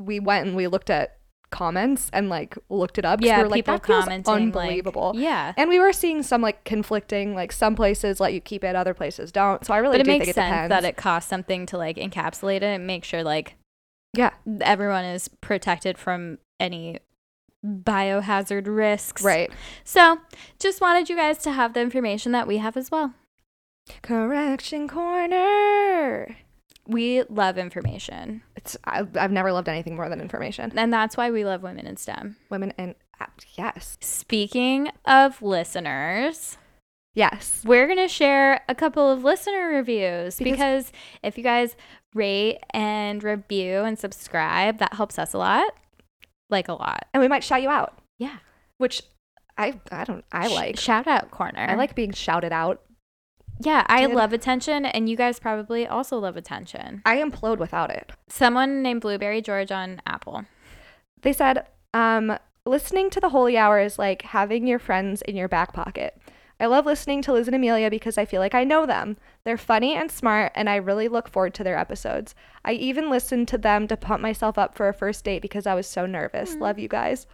Speaker 3: we went and we looked at comments and like looked it up. 'cause
Speaker 2: yeah,
Speaker 3: we were like,
Speaker 2: people
Speaker 3: that feels
Speaker 2: commenting like-
Speaker 3: unbelievable.
Speaker 2: yeah.
Speaker 3: And we were seeing some like conflicting, like some places let you keep it, other places don't. So I really
Speaker 2: but it
Speaker 3: do
Speaker 2: makes
Speaker 3: think it
Speaker 2: sense
Speaker 3: depends.
Speaker 2: that it costs something to like encapsulate it and make sure like
Speaker 3: yeah,
Speaker 2: everyone is protected from any biohazard risks.
Speaker 3: right.
Speaker 2: So just wanted you guys to have the information that we have as well.
Speaker 3: Correction corner.
Speaker 2: We love information.
Speaker 3: It's I, I've never loved anything more than information.
Speaker 2: And that's why we love women in STEM.
Speaker 3: Women and uh, yes,
Speaker 2: Speaking of listeners,
Speaker 3: yes.
Speaker 2: we're going to share a couple of listener reviews because,
Speaker 3: Because-
Speaker 2: if you guys rate and review and subscribe, that helps us a lot. Like a lot.
Speaker 3: And we might shout you out,
Speaker 2: Yeah.
Speaker 3: which I I don't I
Speaker 2: Sh-
Speaker 3: like.
Speaker 2: shout out corner.
Speaker 3: I like being shouted out.
Speaker 2: Yeah, I
Speaker 3: Dude.
Speaker 2: love attention, and you guys probably also love attention.
Speaker 3: I implode without it.
Speaker 2: Someone named Blueberry George on Apple.
Speaker 3: They said, um, listening to the holy hour is like having your friends in your back pocket. I love listening to Liz and Amelia because I feel like I know them. They're funny and smart, and I really look forward to their episodes. I even listened to them to pump myself up for a first date because I was so nervous.
Speaker 2: Hmm.
Speaker 3: Love you guys.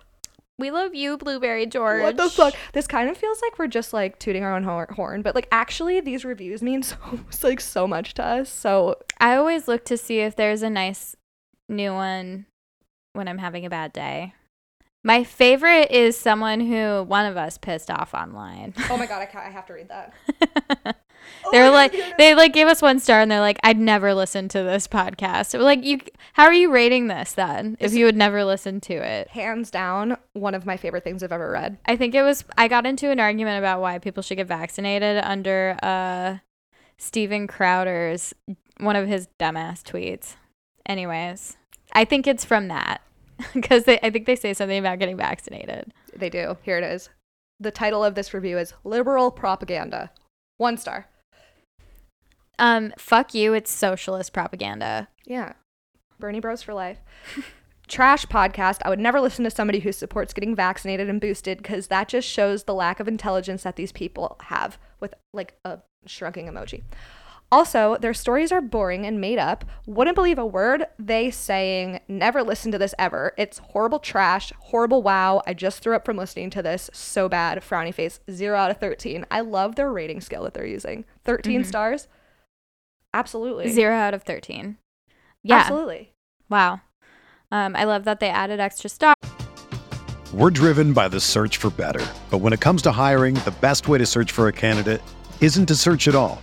Speaker 2: We love you, Blueberry George.
Speaker 3: What the fuck? This kind of feels like we're just like tooting our own hor- horn, but like actually, these reviews mean so like so much to us. So
Speaker 2: I always look to see if there's a nice new one when I'm having a bad day. My favorite is someone who one of us pissed off online.
Speaker 3: oh my god, I, ca- I have to read that.
Speaker 2: they're
Speaker 3: Oh my
Speaker 2: like
Speaker 3: God.
Speaker 2: they like gave us one star and they're like I'd never listen to this podcast. We're like you how are you rating this then if you would never listen to it?
Speaker 3: Hands down, one of my favorite things I've ever read.
Speaker 2: I think it was I got into an argument about why people should get vaccinated under uh Steven Crowder's one of his dumbass tweets. Anyways, I think it's from that because I think they say something about getting vaccinated.
Speaker 3: They do. Here it is. The title of this review is Liberal Propaganda. One star.
Speaker 2: Um, fuck you, it's socialist propaganda.
Speaker 3: Yeah. Bernie Bros for life. Trash podcast. I would never listen to somebody who supports getting vaccinated and boosted because that just shows the lack of intelligence that these people have with like a shrugging emoji. Also, their stories are boring and made up. Wouldn't believe a word they saying. Never listen to this ever. It's horrible trash. Horrible wow. I just threw up from listening to this. So bad. Frowny face. 0 out of 13. I love their rating scale that they're using. 13 stars? Absolutely.
Speaker 2: Zero out of thirteen. Yeah.
Speaker 3: Absolutely.
Speaker 2: Wow. Um, I love that they added extra stuff.
Speaker 1: We're driven by the search for better. But when it comes to hiring, the best way to search for a candidate isn't to search at all.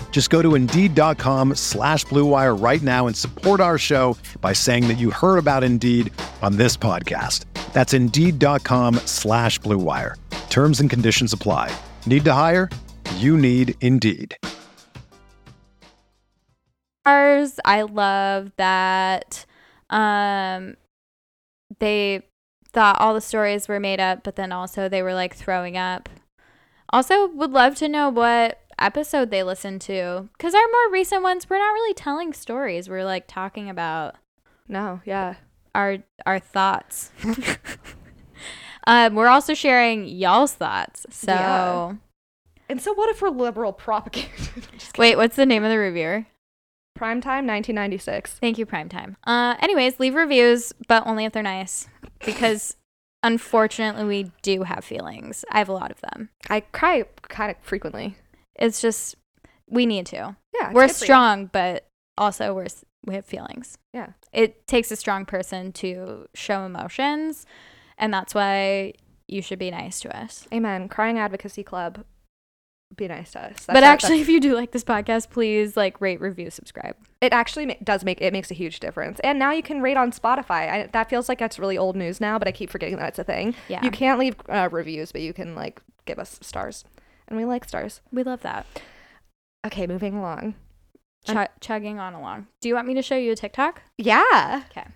Speaker 1: Just go to Indeed.com slash BlueWire right now and support our show by saying that you heard about Indeed on this podcast. That's Indeed.com slash BlueWire. Terms and conditions apply. Need to hire? You need Indeed.
Speaker 2: stars. I love that um they thought all the stories were made up, but then also they were like throwing up. Also, would love to know what episode they listened to because our more recent ones we're not really telling stories. We're like talking about
Speaker 3: No, yeah.
Speaker 2: our our thoughts. um, we're also sharing y'all's thoughts. So
Speaker 3: Yeah. And so, what if we're liberal propaganda? I'm just kidding.
Speaker 2: wait, what's the name of the reviewer?
Speaker 3: Primetime 1996.
Speaker 2: Thank you, Primetime. Uh, anyways, leave reviews, but only if they're nice, because unfortunately, we do have feelings. I have a lot of them.
Speaker 3: I cry kind of frequently.
Speaker 2: It's just we need to.
Speaker 3: Yeah. it's
Speaker 2: we're
Speaker 3: good for you.
Speaker 2: strong, but also we're s- we have feelings.
Speaker 3: Yeah.
Speaker 2: It takes a strong person to show emotions, and that's why you should be nice to us.
Speaker 3: Amen. Crying Advocacy Club. Be nice to us. That's
Speaker 2: but
Speaker 3: not-
Speaker 2: actually,
Speaker 3: that's-
Speaker 2: if you do like this podcast, please like rate, review, subscribe.
Speaker 3: it actually ma- does make it makes a huge difference. And now you can rate on Spotify. I, that feels like that's really old news now, but I keep forgetting that it's a thing.
Speaker 2: Yeah.
Speaker 3: You can't leave uh, reviews, but you can like give us stars, and we like stars.
Speaker 2: We love that.
Speaker 3: Okay, moving along.
Speaker 2: Ch- chugging on along. Do you want me to show you a TikTok?
Speaker 3: Yeah.
Speaker 2: Okay.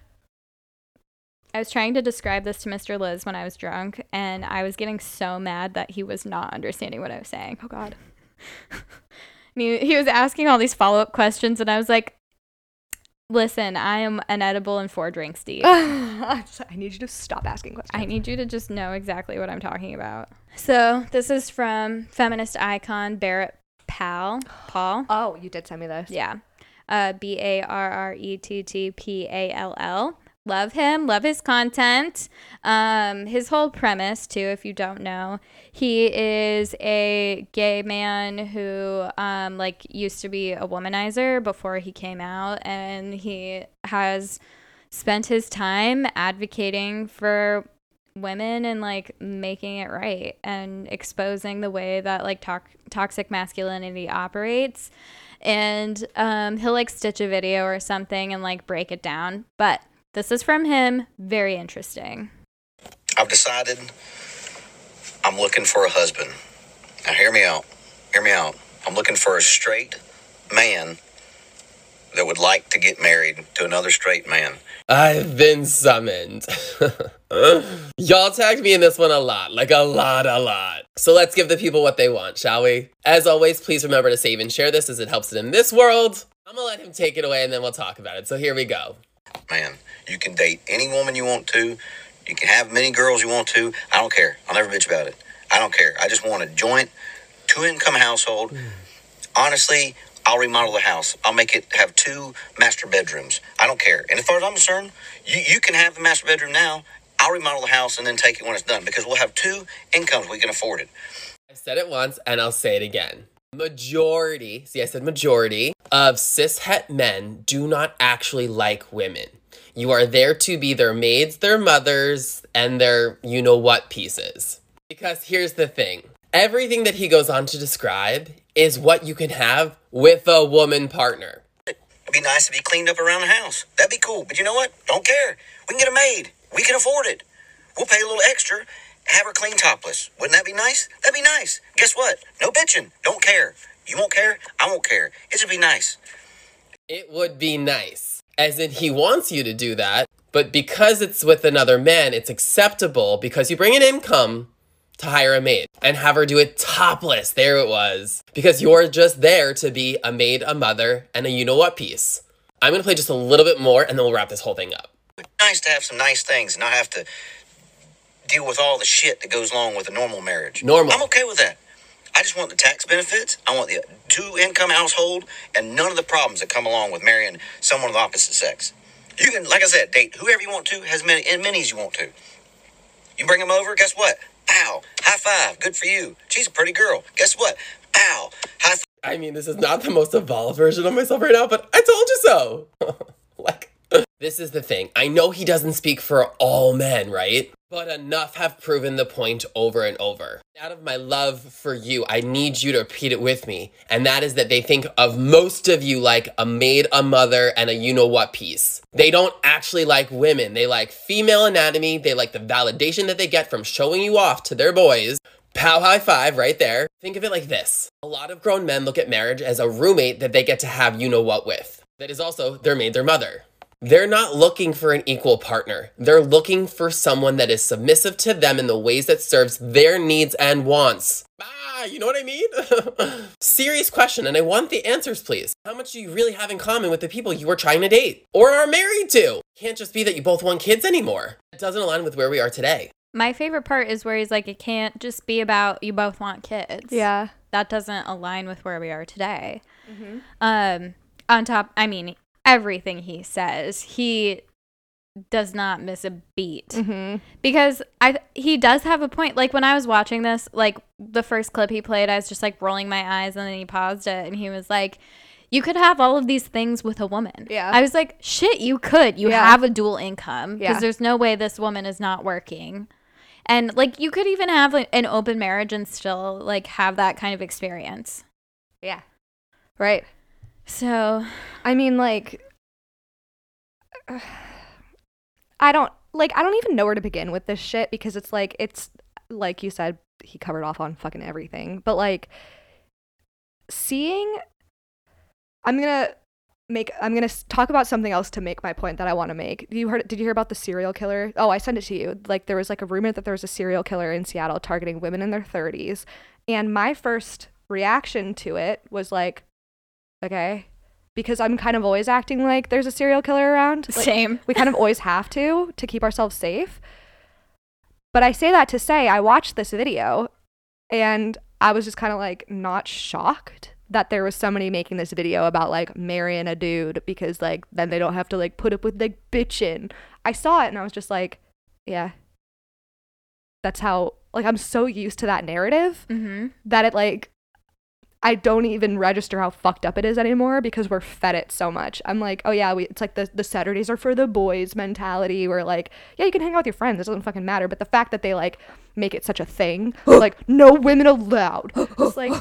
Speaker 2: I was trying to describe this to Mr. Liz when I was drunk, and I was getting so mad that he was not understanding what I was saying.
Speaker 3: Oh God.
Speaker 2: And he, he was asking all these follow up questions, and I was like, listen, I am an edible and four drinks deep.
Speaker 3: Oh, I need you to stop asking questions.
Speaker 2: I need you to just know exactly what I'm talking about. So, this is from feminist icon Barrett Powell. Paul.
Speaker 3: oh, you did send me this.
Speaker 2: Yeah. Uh, B A R R E T T P A L L. Love him. Love his content. Um, his whole premise, too, if you don't know, he is a gay man who, um, like, used to be a womanizer before he came out, and he has spent his time advocating for women and like making it right and exposing the way that like to- toxic masculinity operates and um, he'll like stitch a video or something and like break it down but this is from him very interesting
Speaker 4: I've decided I'm looking for a husband. Now, hear me out. Hear me out. I'm looking for a straight man that would like to get married to another straight man.
Speaker 5: I've been summoned. Y'all tagged me in this one a lot, like a lot, a lot. So let's give the people what they want, shall we? As always, please remember to save and share this as it helps it in this world. I'm gonna let him take it away and then we'll talk about it. So here we go.
Speaker 4: Man, you can date any woman you want to. You can have many girls you want to. I don't care. I'll never bitch about it. I don't care. I just want a joint, two income household. Honestly, I'll remodel the house. I'll make it have two master bedrooms. I don't care. And as far as I'm concerned, you, you can have the master bedroom now. I'll remodel the house and then take it when it's done because we'll have two incomes. We can afford it.
Speaker 5: I've said it once and I'll say it again. Majority, see, I said majority of cis het men do not actually like women. You are there to be their maids, their mothers, and their you know what pieces. Because here's the thing everything that he goes on to describe is what you can have with a woman partner.
Speaker 4: It'd be nice if he cleaned up around the house. That'd be cool. But you know what? Don't care. We can get a maid. We can afford it. We'll pay a little extra. Have her clean topless. Wouldn't that be nice? That'd be nice. Guess what? No bitching. Don't care. You won't care. I won't care. It should be nice.
Speaker 5: It would be nice. As in, he wants you to do that, But because it's with another man, it's acceptable because you bring an income to hire a maid and have her do it topless. There it was. Because you're just there to be a maid, a mother, and a you know what piece. I'm gonna play just a little bit more and then we'll wrap this whole thing up.
Speaker 4: nice to have some nice things and not have to deal with all the shit that goes along with a normal marriage.
Speaker 5: Normal.
Speaker 4: I'm okay with that. I just want the tax benefits. I want the two income household and none of the problems that come along with marrying someone of the opposite sex. You can, like I said, date whoever you want to, as many, as many as you want to. You bring them over, guess what? Bow. High five. Good for you. She's a pretty girl. Guess what? Bow. High
Speaker 5: I mean, this is not the most evolved version of myself right now, but I told you so. like, this is the thing. I know he doesn't speak for all men, right? But enough have proven the point over and over. Out of my love for you, I need you to repeat it with me. And that is that they think of most of you like a maid, a mother, and a you know what piece. They don't actually like women. They like female anatomy. They like the validation that they get from showing you off to their boys. Pow high five right there. Think of it like this a lot of grown men look at marriage as a roommate that they get to have you know what with. That is also their maid, their mother. They're not looking for an equal partner. They're looking for someone that is submissive to them in the ways that serves their needs and wants. Ah, you know what I mean? Serious question, and I want the answers, please. How much do you really have in common with the people you are trying to date or are married to? Can't just be that you both want kids anymore. It doesn't align with where we are today.
Speaker 2: My favorite part is where he's like, it can't just be about you both want kids.
Speaker 3: Yeah.
Speaker 2: That doesn't align with where we are today.
Speaker 3: Mm-hmm.
Speaker 2: Um, on top, I mean, everything he says, he does not miss a beat
Speaker 3: Mm-hmm.
Speaker 2: because I he does have a point. Like when I was watching this, like the first clip he played, I was just like rolling my eyes, and then he paused it, and he was like. You could have all of these things with a woman.
Speaker 3: Yeah.
Speaker 2: I was like, shit, you could. You
Speaker 3: Yeah.
Speaker 2: have a dual income because
Speaker 3: Yeah.
Speaker 2: there's no way this woman is not working. And like, you could even have like, an open marriage and still like have that kind of experience.
Speaker 3: Yeah. Right.
Speaker 2: So,
Speaker 3: I mean, like, I don't like. I don't even know where to begin with this shit because it's like it's like you said, he covered off on fucking everything. But like, seeing, I'm gonna make. I'm gonna s- talk about something else to make my point that I want to make. You heard? Did you hear about the serial killer? Oh, I sent it to you. Like, there was like a rumor that there was a serial killer in Seattle targeting women in their 30s, and my first reaction to it was like, okay, because I'm kind of always acting like there's a serial killer around. Like,
Speaker 2: same.
Speaker 3: we kind of always have to to keep ourselves safe. But I say that to say I watched this video and I was just kind of like not shocked that there was somebody making this video about like marrying a dude because like then they don't have to like put up with like bitching. I saw it and I was just like, yeah. That's how like I'm so used to that narrative
Speaker 2: Mm-hmm.
Speaker 3: that it like I don't even register how fucked up it is anymore because we're fed it so much. I'm like, oh yeah, we, it's like the, the Saturdays are for the boys mentality. We're like, yeah, you can hang out with your friends. It doesn't fucking matter. But the fact that they like make it such a thing, like no women allowed. It's like,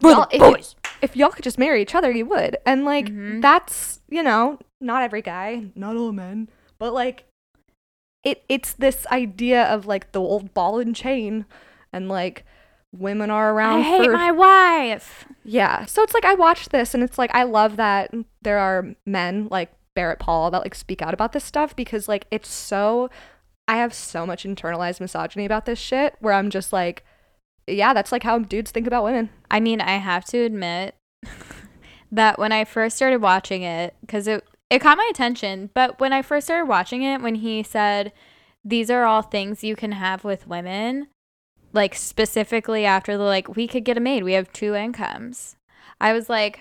Speaker 3: y'all- if, you- if y'all could just marry each other, you would. And like
Speaker 2: Mhm.
Speaker 3: that's you know not every guy, not all men, but like it it's this idea of like the old ball and chain, and like women are around.
Speaker 2: I hate
Speaker 3: for,
Speaker 2: my wife.
Speaker 3: yeah. So it's like I watched this and it's like I love that there are men like Barrett Paul that like speak out about this stuff because like it's so I have so much internalized misogyny about this shit where I'm just like yeah, that's like how dudes think about women.
Speaker 2: I mean, I have to admit that when I first started watching it, because it it caught my attention, but when I first started watching it, when he said these are all things you can have with women, like specifically after the like we could get a maid, we have two incomes. I was like,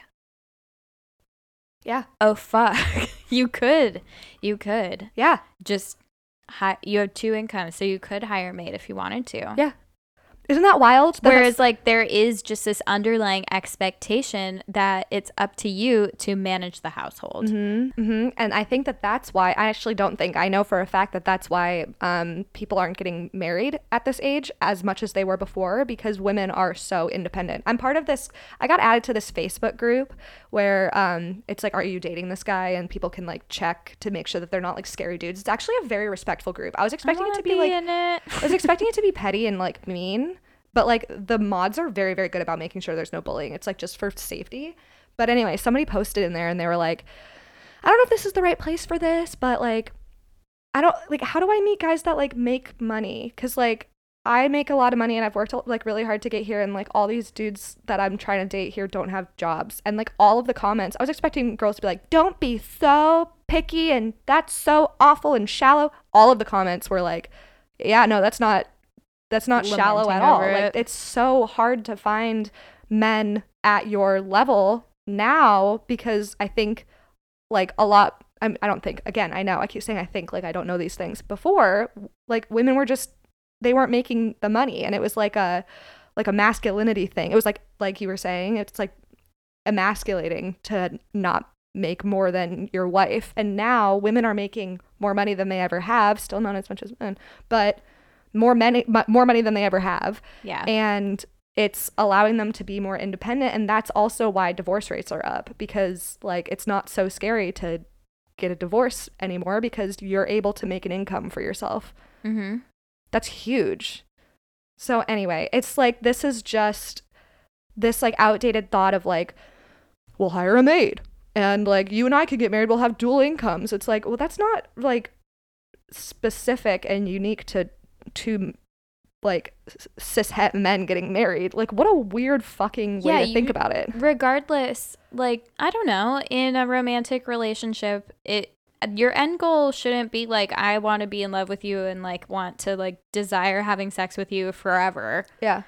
Speaker 3: Yeah.
Speaker 2: oh fuck, you could, you could
Speaker 3: Yeah.
Speaker 2: just hi- you have two incomes, so you could hire a maid if you wanted to.
Speaker 3: Yeah. Isn't that wild? That
Speaker 2: Whereas,
Speaker 3: that's-
Speaker 2: like, there is just this underlying expectation that it's up to you to manage the household.
Speaker 3: Mhm, mhm. And I think that that's why I actually don't think I know for a fact that that's why um, people aren't getting married at this age as much as they were before because women are so independent. I'm part of this. I got added to this Facebook group where um, it's like, "Are you dating this guy?" and people can like check to make sure that they're not like scary dudes. It's actually a very respectful group. I was
Speaker 2: I
Speaker 3: expecting it
Speaker 2: wanna
Speaker 3: to be like
Speaker 2: in it.
Speaker 3: I was expecting it to be petty and like mean, but like the mods are very, very good about making sure there's no bullying. It's like just for safety. But anyway, somebody posted in there and they were like, I don't know if this is the right place for this, but like I don't like how do I meet guys that like make money? Cuz like I make a lot of money and I've worked like really hard to get here and like all these dudes that I'm trying to date here don't have jobs. And like all of the comments, I was expecting girls to be like, "Don't be so picky and that's so awful and shallow." All of the comments were like, "Yeah, no, that's not that's not shallow at
Speaker 2: Lamenting
Speaker 3: all.
Speaker 2: over
Speaker 3: Like
Speaker 2: it.
Speaker 3: it's so hard to find men at your level now because I think like a lot I'm, I don't think again I know I keep saying I think like I don't know these things before like women were just they weren't making the money and it was like a like a masculinity thing it was like like you were saying it's like emasculating to not make more than your wife and now women are making more money than they ever have still not as much as men but more men mu- more money than they ever have
Speaker 2: Yeah.
Speaker 3: and it's allowing them to be more independent and that's also why divorce rates are up because like it's not so scary to get a divorce anymore because you're able to make an income for yourself
Speaker 2: mm-hmm.
Speaker 3: that's huge so anyway it's like this is just this like outdated thought of like we'll hire a maid and like you and i could get married we'll have dual incomes it's like well that's not like specific and unique to to like s- cishet men getting married like what a weird fucking way
Speaker 2: Yeah,
Speaker 3: to think
Speaker 2: you-
Speaker 3: about it
Speaker 2: regardless like i don't know in a romantic relationship it your end goal shouldn't be like i want to be in love with you and like want to like desire having sex with you forever
Speaker 3: yeah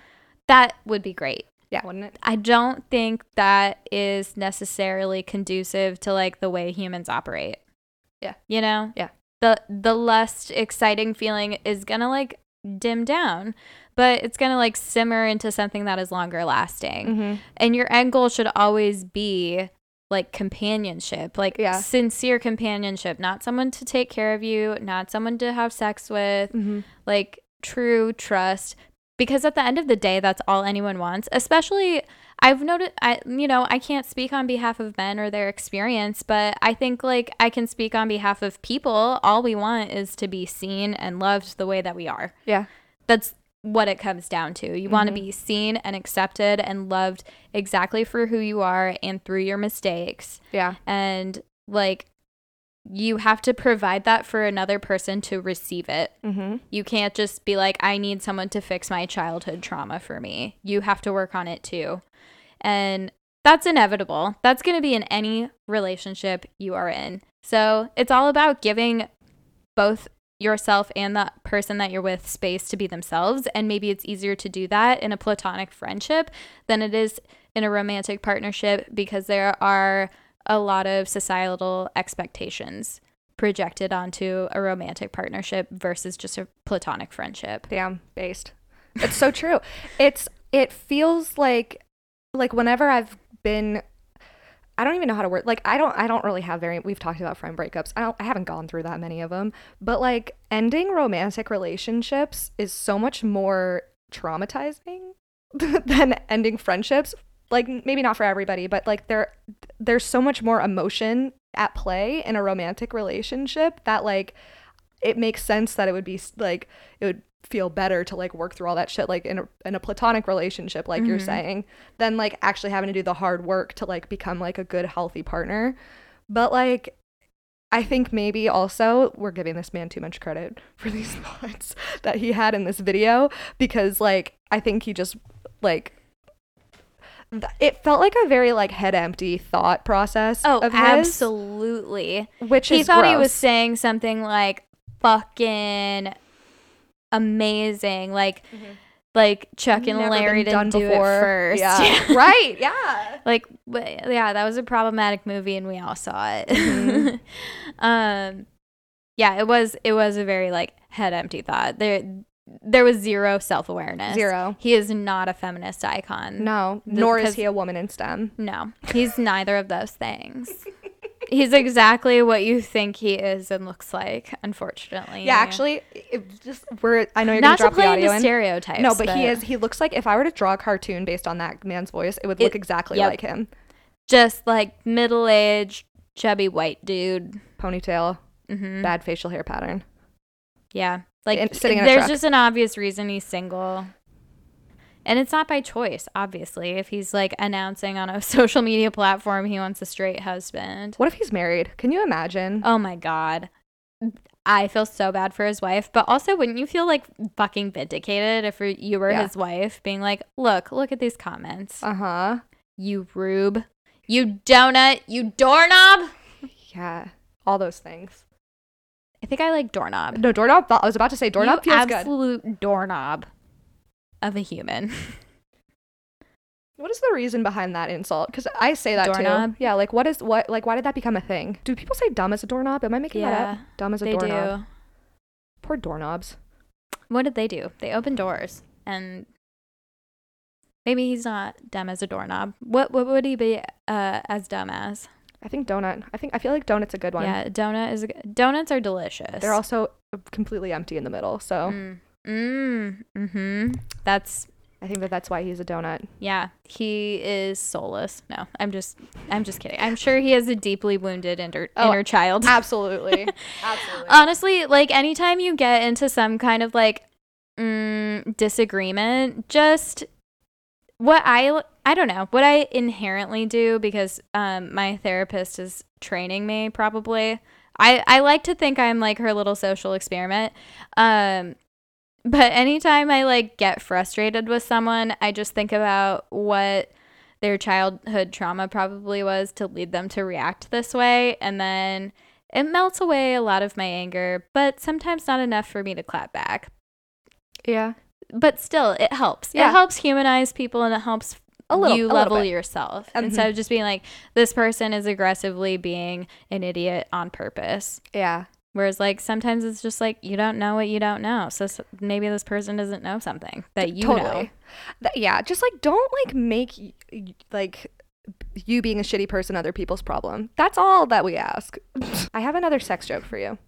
Speaker 2: that would be great
Speaker 3: yeah wouldn't it
Speaker 2: i don't think that is necessarily conducive to like the way humans operate
Speaker 3: Yeah.
Speaker 2: you know
Speaker 3: Yeah.
Speaker 2: the the lust exciting feeling is gonna like dim down but it's gonna like simmer into something that is longer lasting
Speaker 3: mm-hmm.
Speaker 2: and your end goal should always be like companionship like
Speaker 3: Yeah.
Speaker 2: sincere companionship not someone to take care of you not someone to have sex with
Speaker 3: Mm-hmm.
Speaker 2: like true trust because at the end of the day that's all anyone wants especially i've noticed i you know i can't speak on behalf of men or their experience but i think like i can speak on behalf of people all we want is to be seen and loved the way that we are
Speaker 3: yeah
Speaker 2: that's what it comes down to. You want to be seen and accepted and loved exactly for who you are and through your mistakes.
Speaker 3: yeah
Speaker 2: And like, you have to provide that for another person to receive it.
Speaker 3: mm-hmm.
Speaker 2: You can't just be like, I need someone to fix my childhood trauma for me. You have to work on it too. And that's inevitable. That's going to be in any relationship you are in. So it's all about giving both yourself and the person that you're with space to be themselves. And maybe it's easier to do that in a platonic friendship than it is in a romantic partnership because there are a lot of societal expectations projected onto a romantic partnership versus just a platonic friendship.
Speaker 3: Damn, based. It's so true. It's it feels like like whenever I've been I don't even know how to word like I don't I don't really have very we've talked about friend breakups. I don't I haven't gone through that many of them, but like ending romantic relationships is so much more traumatizing than ending friendships. Like maybe not for everybody, but like there there's so much more emotion at play in a romantic relationship that like it makes sense that it would be s- like it would feel better to like work through all that shit like in a in a platonic relationship like
Speaker 2: Mm-hmm.
Speaker 3: you're saying than like actually having to do the hard work to like become like a good healthy partner but like I think maybe also we're giving this man too much credit for these thoughts that he had in this video because like I think he just like th- it felt like a very like head empty thought process
Speaker 2: Oh,
Speaker 3: of his,
Speaker 2: absolutely.
Speaker 3: which
Speaker 2: He
Speaker 3: is
Speaker 2: thought he
Speaker 3: gross.
Speaker 2: was saying something like fucking amazing, like like Chuck and
Speaker 3: Mm-hmm. Never
Speaker 2: Larry
Speaker 3: been
Speaker 2: didn't do it first.
Speaker 3: Yeah. right. Yeah.
Speaker 2: like w- yeah that was a problematic movie and we all saw it
Speaker 3: Mhm.
Speaker 2: um yeah it was it was a very like head empty thought there there was zero self-awareness
Speaker 3: Zero.
Speaker 2: he is not a feminist icon
Speaker 3: No,
Speaker 2: The-
Speaker 3: nor is
Speaker 2: 'cause-
Speaker 3: he a woman in STEM.
Speaker 2: no he's neither of those things he's exactly what you think he is and looks like unfortunately
Speaker 3: Yeah, actually, it just we're. I know you're
Speaker 2: not
Speaker 3: gonna
Speaker 2: to
Speaker 3: drop the
Speaker 2: play
Speaker 3: audio
Speaker 2: into
Speaker 3: in.
Speaker 2: stereotypes
Speaker 3: No, but, he is. He looks like if I were to draw a cartoon based on that man's voice, it would
Speaker 2: It-
Speaker 3: look exactly
Speaker 2: yep.
Speaker 3: like him.
Speaker 2: just like middle-aged chubby white dude
Speaker 3: Ponytail,
Speaker 2: mm-hmm.
Speaker 3: bad facial hair pattern.
Speaker 2: Yeah. Like
Speaker 3: And sitting in a
Speaker 2: there's
Speaker 3: truck.
Speaker 2: just an obvious reason he's single. And it's not by choice, obviously. If he's like announcing on a social media platform he wants a straight husband.
Speaker 3: What if he's married? Can you imagine?
Speaker 2: Oh my Oh god. I feel so bad for his wife, but also wouldn't you feel like fucking vindicated if you were
Speaker 3: Yeah.
Speaker 2: his wife being like, "Look, look at these comments.
Speaker 3: Uh huh.
Speaker 2: you rube, you donut, you doorknob."
Speaker 3: Yeah. All those things.
Speaker 2: I think I like doorknob.
Speaker 3: No, doorknob. I was about to say doorknob
Speaker 2: Um, you
Speaker 3: feels good.
Speaker 2: absolute doorknob of a human.
Speaker 3: What is the reason behind that insult? Because I say that
Speaker 2: Doorknob?
Speaker 3: too. Yeah. Like, what is what? Like, why did that become a thing? Do people say dumb as a doorknob? Am I making that up?
Speaker 2: Yeah,
Speaker 3: Dumb as a
Speaker 2: they
Speaker 3: doorknob.
Speaker 2: do.
Speaker 3: Poor doorknobs.
Speaker 2: What did they do? They opened doors and maybe he's not dumb as a doorknob. What what would he be uh, as dumb as?
Speaker 3: I think donut. I think I feel like donut's a good one.
Speaker 2: Yeah, donut is a, g- donuts are delicious.
Speaker 3: They're also completely empty in the middle, so
Speaker 2: Mm. Mm. Hmm. That's
Speaker 3: I think that that's why he's a donut.
Speaker 2: yeah. He is soulless. No, I'm just. I'm just kidding. I'm sure he has a deeply wounded inner
Speaker 3: Oh,
Speaker 2: inner child.
Speaker 3: Absolutely. Absolutely.
Speaker 2: Honestly, like anytime you get into some kind of like mm, disagreement, just what I I don't know what I inherently do because um, my therapist is training me probably. I I like to think I'm like her little social experiment. Um, but anytime I like get frustrated with someone, I just think about what their childhood trauma probably was to lead them to react this way and then it melts away a lot of my anger, but sometimes not enough for me to clap back.
Speaker 3: yeah.
Speaker 2: But still, it helps. It
Speaker 3: Yeah.
Speaker 2: helps humanize people and it helps
Speaker 3: A little-
Speaker 2: you
Speaker 3: a little
Speaker 2: level
Speaker 3: bit. Mm-hmm.
Speaker 2: yourself. Instead of just being like, this person is aggressively being an idiot on purpose.
Speaker 3: Yeah.
Speaker 2: Whereas, like, sometimes it's just like, you don't know what you don't know. So s- maybe this person doesn't know something that you know.
Speaker 3: Th- yeah, just like don't like make y- y- like you being a shitty person other people's problem. That's all that we ask. I have another sex joke for you.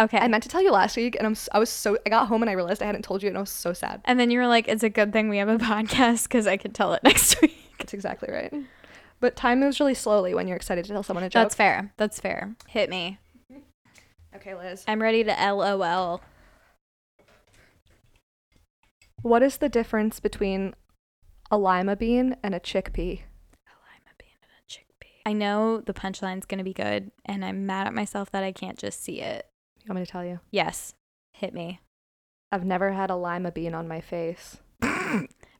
Speaker 2: Okay.
Speaker 3: I meant to tell you last week, and I'm s- I was so I got home and I realized I hadn't told you, and I was so sad.
Speaker 2: and then you were like, it's a good thing we have a podcast because I could tell it next week.
Speaker 3: That's exactly right. But time moves really slowly when you're excited to tell someone a joke.
Speaker 2: That's fair. That's fair. Hit me.
Speaker 3: okay, Liz.
Speaker 2: I'm ready to LOL.
Speaker 3: What is the difference between a lima bean and a chickpea?
Speaker 2: Oh, I know the punchline's going to be good, and I'm mad at myself that I can't just see it.
Speaker 3: You want me to tell you?
Speaker 2: Yes, hit me.
Speaker 3: I've never had a lima bean on my face.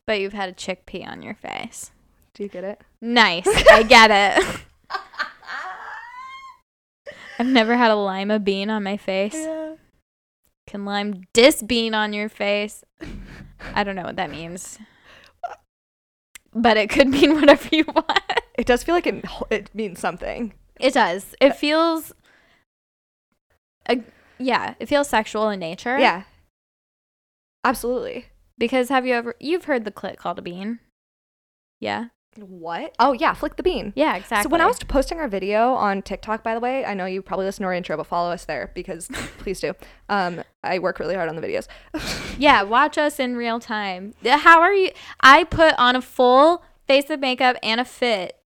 Speaker 2: But you've had a chickpea on your face.
Speaker 3: Do you get it?
Speaker 2: Nice. I get it. I've never had a lima bean on my face.
Speaker 3: Yeah.
Speaker 2: Can lime dis bean on your face? I don't know what that means. But it could mean whatever you want.
Speaker 3: It does feel like it, it means something.
Speaker 2: It does. It feels. Uh, yeah, it feels sexual in nature.
Speaker 3: Yeah. Absolutely.
Speaker 2: Because have you ever you've heard the clit called a bean? Yeah.
Speaker 3: What? Oh, yeah, flick the bean.
Speaker 2: Yeah, exactly.
Speaker 3: So when I was posting our video on TikTok, by the way, I know you probably listen to our intro, but follow us there because please do. Um, I work really hard on the videos.
Speaker 2: Yeah, watch us in real time. Yeah, How are you I put on a full face of makeup and a fit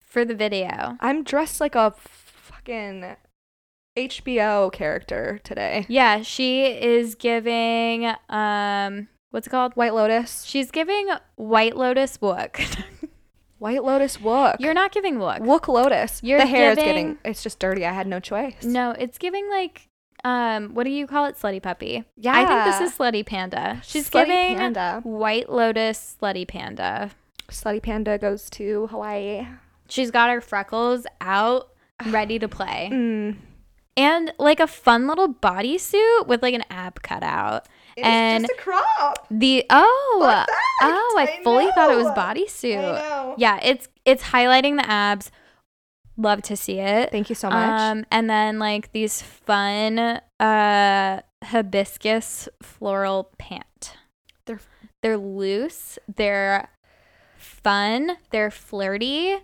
Speaker 2: for the video.
Speaker 3: I'm dressed like a fucking HBO character today.
Speaker 2: Yeah, she is giving um what's it called?
Speaker 3: White Lotus.
Speaker 2: She's giving White Lotus wook.
Speaker 3: White Lotus Wook.
Speaker 2: You're not giving wook.
Speaker 3: Wook Lotus.
Speaker 2: You're
Speaker 3: the hair is
Speaker 2: giving-
Speaker 3: getting. It's just dirty. I had no choice.
Speaker 2: No, it's giving like um what do you call it slutty puppy? I think
Speaker 3: Yeah.
Speaker 2: this is slutty panda. She's
Speaker 3: Slutty
Speaker 2: giving
Speaker 3: Panda.
Speaker 2: White Lotus slutty panda.
Speaker 3: Slutty Panda goes to Hawaii.
Speaker 2: She's got her freckles out, ready to play.
Speaker 3: Mm.
Speaker 2: And like a fun little bodysuit with like an ab cut out. and
Speaker 3: a crop.
Speaker 2: the oh
Speaker 3: Fun fact,
Speaker 2: oh, I,
Speaker 3: I
Speaker 2: fully thought it was
Speaker 3: know. I
Speaker 2: bodysuit.
Speaker 3: know.
Speaker 2: Yeah, it's it's highlighting the abs. Love to see it.
Speaker 3: Thank you so much.
Speaker 2: Um, and then like these fun uh hibiscus floral pant.
Speaker 3: They're-
Speaker 2: they're loose. They're fun. They're flirty.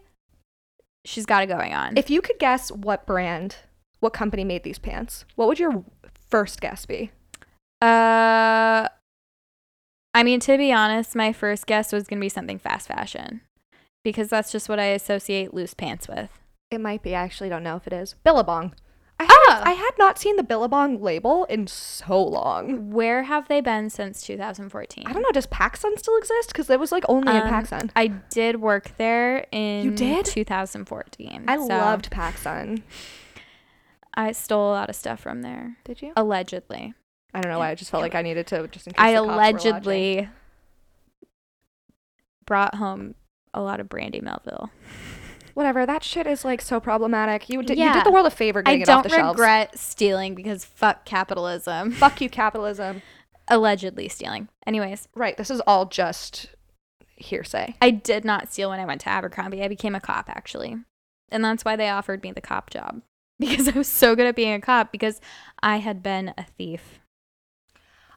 Speaker 2: She's got it going on.
Speaker 3: If you could guess what brand, what company made these pants, what would your first guess be?
Speaker 2: uh, I mean to be honest, my first guess was gonna be something fast fashion, because that's just what I associate loose pants with.
Speaker 3: It might be. I actually don't know if it is. Billabong. I had,
Speaker 2: Oh.
Speaker 3: I had not seen the Billabong label in so long.
Speaker 2: Where have they been since 2014?
Speaker 3: I don't know. Does PacSun still exist? Because it was like only in
Speaker 2: Um,
Speaker 3: PacSun.
Speaker 2: I did work there in
Speaker 3: did?
Speaker 2: 2014.
Speaker 3: I
Speaker 2: so-
Speaker 3: loved PacSun.
Speaker 2: I stole a lot of stuff from there,
Speaker 3: Did you?
Speaker 2: allegedly.
Speaker 3: I don't know why. I just felt like I needed to just in case
Speaker 2: I
Speaker 3: the cops were watching.
Speaker 2: allegedly brought home a lot of Brandy Melville.
Speaker 3: whatever. That shit is like so problematic. You did, you
Speaker 2: Yeah.
Speaker 3: did the world a favor
Speaker 2: I
Speaker 3: getting it
Speaker 2: don't
Speaker 3: off the shelves.
Speaker 2: regret stealing because fuck capitalism.
Speaker 3: Fuck you, capitalism.
Speaker 2: Allegedly stealing. Anyways,
Speaker 3: Right. This is all just hearsay.
Speaker 2: I did not steal when I went to Abercrombie. I became a cop actually. And that's why they offered me the cop job because I was so good at being a cop because I had been a thief.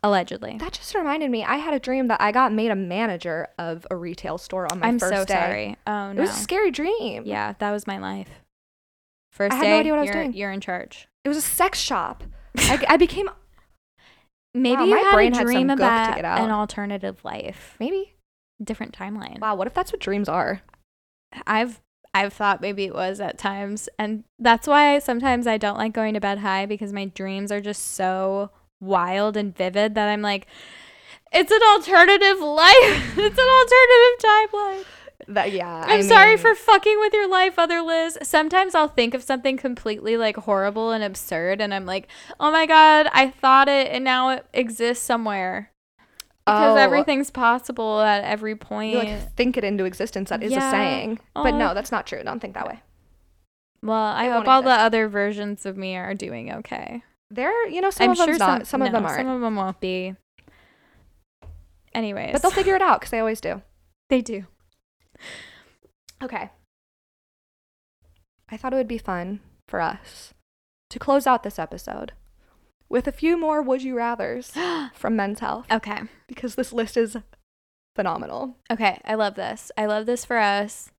Speaker 2: Allegedly.
Speaker 3: That just reminded me. I had a dream that I got made a manager of a retail store on my
Speaker 2: I'm
Speaker 3: first
Speaker 2: so
Speaker 3: day.
Speaker 2: sorry. Oh
Speaker 3: It
Speaker 2: no.
Speaker 3: was a scary dream.
Speaker 2: yeah, that was my life. First
Speaker 3: had no
Speaker 2: day,
Speaker 3: idea what I was
Speaker 2: you're,
Speaker 3: doing.
Speaker 2: you're in charge.
Speaker 3: It was a sex shop. I, I became
Speaker 2: Maybe
Speaker 3: Wow,
Speaker 2: you
Speaker 3: my
Speaker 2: had
Speaker 3: brain
Speaker 2: a
Speaker 3: had some
Speaker 2: dream
Speaker 3: gook to
Speaker 2: about
Speaker 3: get out.
Speaker 2: an alternative life,
Speaker 3: maybe.
Speaker 2: different timeline.
Speaker 3: Wow. What if that's what dreams are?
Speaker 2: I've I've thought maybe it was at times, and that's why sometimes I don't like going to bed high because my dreams are just so wild and vivid that I'm like, it's an alternative life. it's an alternative timeline.
Speaker 3: That yeah.
Speaker 2: I'm sorry for fucking with your life, other Liz. Sometimes I'll think of something completely like horrible and absurd, and I'm like, oh my god, I thought it, and now it exists somewhere. Because
Speaker 3: Oh.
Speaker 2: everything's possible at every point.
Speaker 3: You like think it into existence. That is
Speaker 2: Yeah.
Speaker 3: a saying, but
Speaker 2: Aw.
Speaker 3: no, that's not true. Don't think that way.
Speaker 2: well, I
Speaker 3: it
Speaker 2: hope
Speaker 3: won't
Speaker 2: all the
Speaker 3: exist.
Speaker 2: other versions of me are doing okay.
Speaker 3: There, you know, some
Speaker 2: I'm
Speaker 3: of them's
Speaker 2: sure
Speaker 3: not.
Speaker 2: some,
Speaker 3: Some of
Speaker 2: no,
Speaker 3: them aren't.
Speaker 2: Some of them won't be. Anyways,
Speaker 3: but they'll figure it out because they always do.
Speaker 2: they do.
Speaker 3: Okay. I thought it would be fun for us to close out this episode with a few more would you rather's from Men's Health
Speaker 2: Okay.
Speaker 3: because this list is phenomenal.
Speaker 2: Okay, I love this. I love this for us.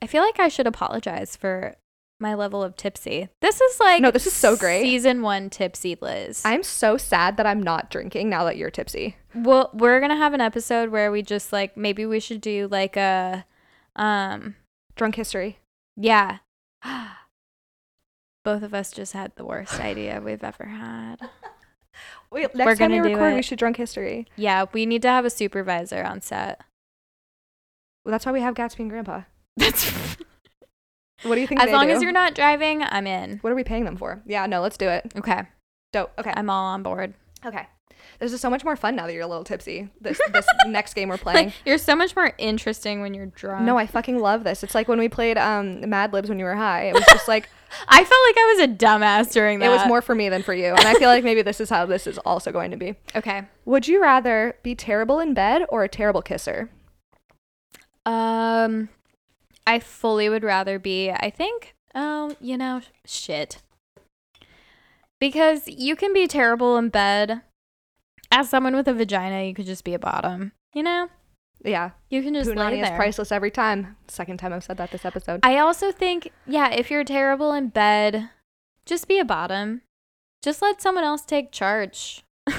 Speaker 2: I feel like I should apologize for my level of tipsy. This is like
Speaker 3: No, this is so great.
Speaker 2: Season one tipsy Liz.
Speaker 3: I'm so sad that I'm not drinking now that you're tipsy.
Speaker 2: well, we're gonna have an episode where we just like maybe we should do like a um
Speaker 3: Drunk history.
Speaker 2: yeah. Both of us just had the worst idea we've ever had.
Speaker 3: Wait, next
Speaker 2: We're
Speaker 3: time we
Speaker 2: gonna do
Speaker 3: record,
Speaker 2: it.
Speaker 3: we should drunk history.
Speaker 2: Yeah, we need to have a supervisor on set.
Speaker 3: Well, that's why we have Gatsby and Grandpa.
Speaker 2: That's
Speaker 3: What do you think?
Speaker 2: as
Speaker 3: they
Speaker 2: long
Speaker 3: do?
Speaker 2: as you're not driving, I'm in.
Speaker 3: What are we paying them for? Yeah, no, let's do it.
Speaker 2: Okay,
Speaker 3: Dope. Okay.
Speaker 2: I'm all on board.
Speaker 3: okay. This is so much more fun now that you're a little tipsy. This this next game we're playing.
Speaker 2: Like, uh, you're so much more interesting when you're drunk.
Speaker 3: No, I fucking love this. It's like when we played um, Mad Libs when you were high. It was just like
Speaker 2: I felt like I was a dumbass during that.
Speaker 3: it was more for me than for you, and I feel like maybe this is how this is also going to be.
Speaker 2: okay.
Speaker 3: Would you rather be terrible in bed or a terrible kisser?
Speaker 2: Um, I fully would rather be. I think. Oh, you know, shit. Because you can be terrible in bed. As someone with a vagina, you could just be a bottom. You know,
Speaker 3: Yeah,
Speaker 2: you can just lay
Speaker 3: punani is
Speaker 2: there.
Speaker 3: priceless every time. Second time I've said that this episode.
Speaker 2: I also think, yeah, if you're terrible in bed, just be a bottom. Just let someone else take charge.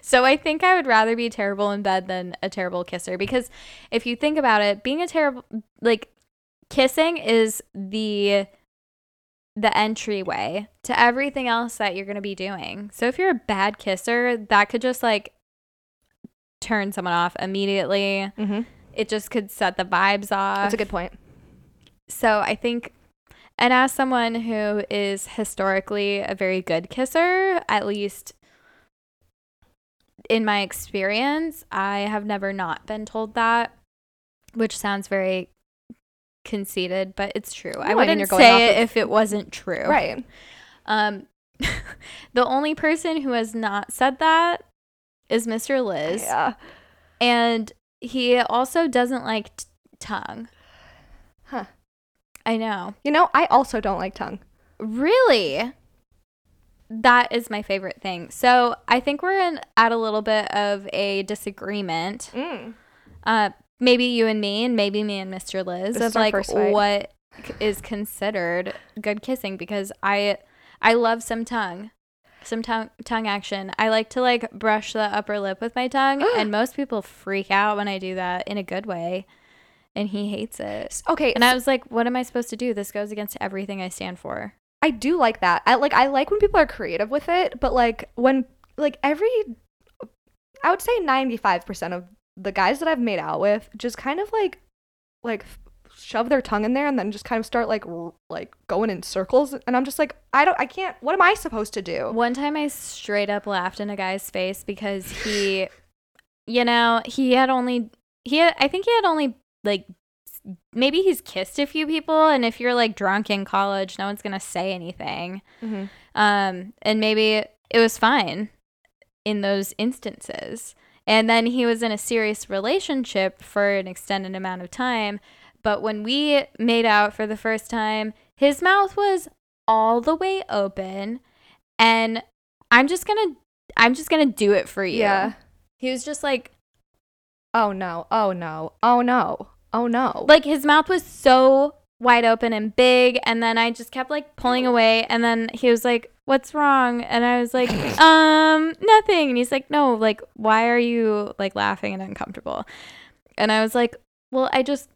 Speaker 2: so I think I would rather be terrible in bed than a terrible kisser because if you think about it, being a terrible like kissing is the the entryway to everything else that you're going to be doing. So if you're a bad kisser, that could just like turn someone off immediately.
Speaker 3: mm-hmm.
Speaker 2: It just could set the vibes off.
Speaker 3: That's a good point.
Speaker 2: So I think, and as someone who is historically a very good kisser, at least in my experience, I have never not been told that, which sounds very conceited, but it's true. I
Speaker 3: No, I mean,
Speaker 2: wouldn't
Speaker 3: you're going off
Speaker 2: say it
Speaker 3: of-
Speaker 2: if it wasn't true.
Speaker 3: Right.
Speaker 2: Um, the only person who has not said that is Mr. Liz,
Speaker 3: Yeah.
Speaker 2: and he also doesn't like t- tongue.
Speaker 3: Huh.
Speaker 2: I know.
Speaker 3: You know, I also don't like tongue.
Speaker 2: Really? That is my favorite thing. So I think we're in, at a little bit of a disagreement.
Speaker 3: Mm.
Speaker 2: Uh, maybe you and me, and maybe me and Mr. Liz of
Speaker 3: This is our
Speaker 2: like
Speaker 3: first fight.
Speaker 2: what c- is considered good kissing because I I love some tongue, some tongue tongue action. I like to like brush the upper lip with my tongue, and most people freak out when I do that in a good way, and he hates it.
Speaker 3: Okay.
Speaker 2: And I was like, what am I supposed to do? This goes against everything I stand for.
Speaker 3: I do like that. I like I like when people are creative with it, but like when like every I would say 95% of the guys that I've made out with just kind of like like f- shove their tongue in there and then just kind of start like r- like going in circles and I'm just like I don't I can't what am I supposed to do?
Speaker 2: One time I straight up laughed in a guy's face because he, you know, he had only, he had, I think he had only like, s- maybe he's kissed a few people. And if you're like drunk in college, no one's going to say anything.
Speaker 3: Mhm.
Speaker 2: Um, and maybe it was fine in those instances. And then he was in a serious relationship for an extended amount of time. But when we made out for the first time, his mouth was all the way open. And I'm just gonna I'm just gonna do it for you.
Speaker 3: Yeah.
Speaker 2: He was just like
Speaker 3: Oh no. Oh no. Oh no. Oh no.
Speaker 2: like his mouth was so wide open and big and then I just kept like pulling away and then he was like, What's wrong? And I was like, Um, nothing. And he's like, No, like, why are you like laughing and uncomfortable? And I was like, Well, I just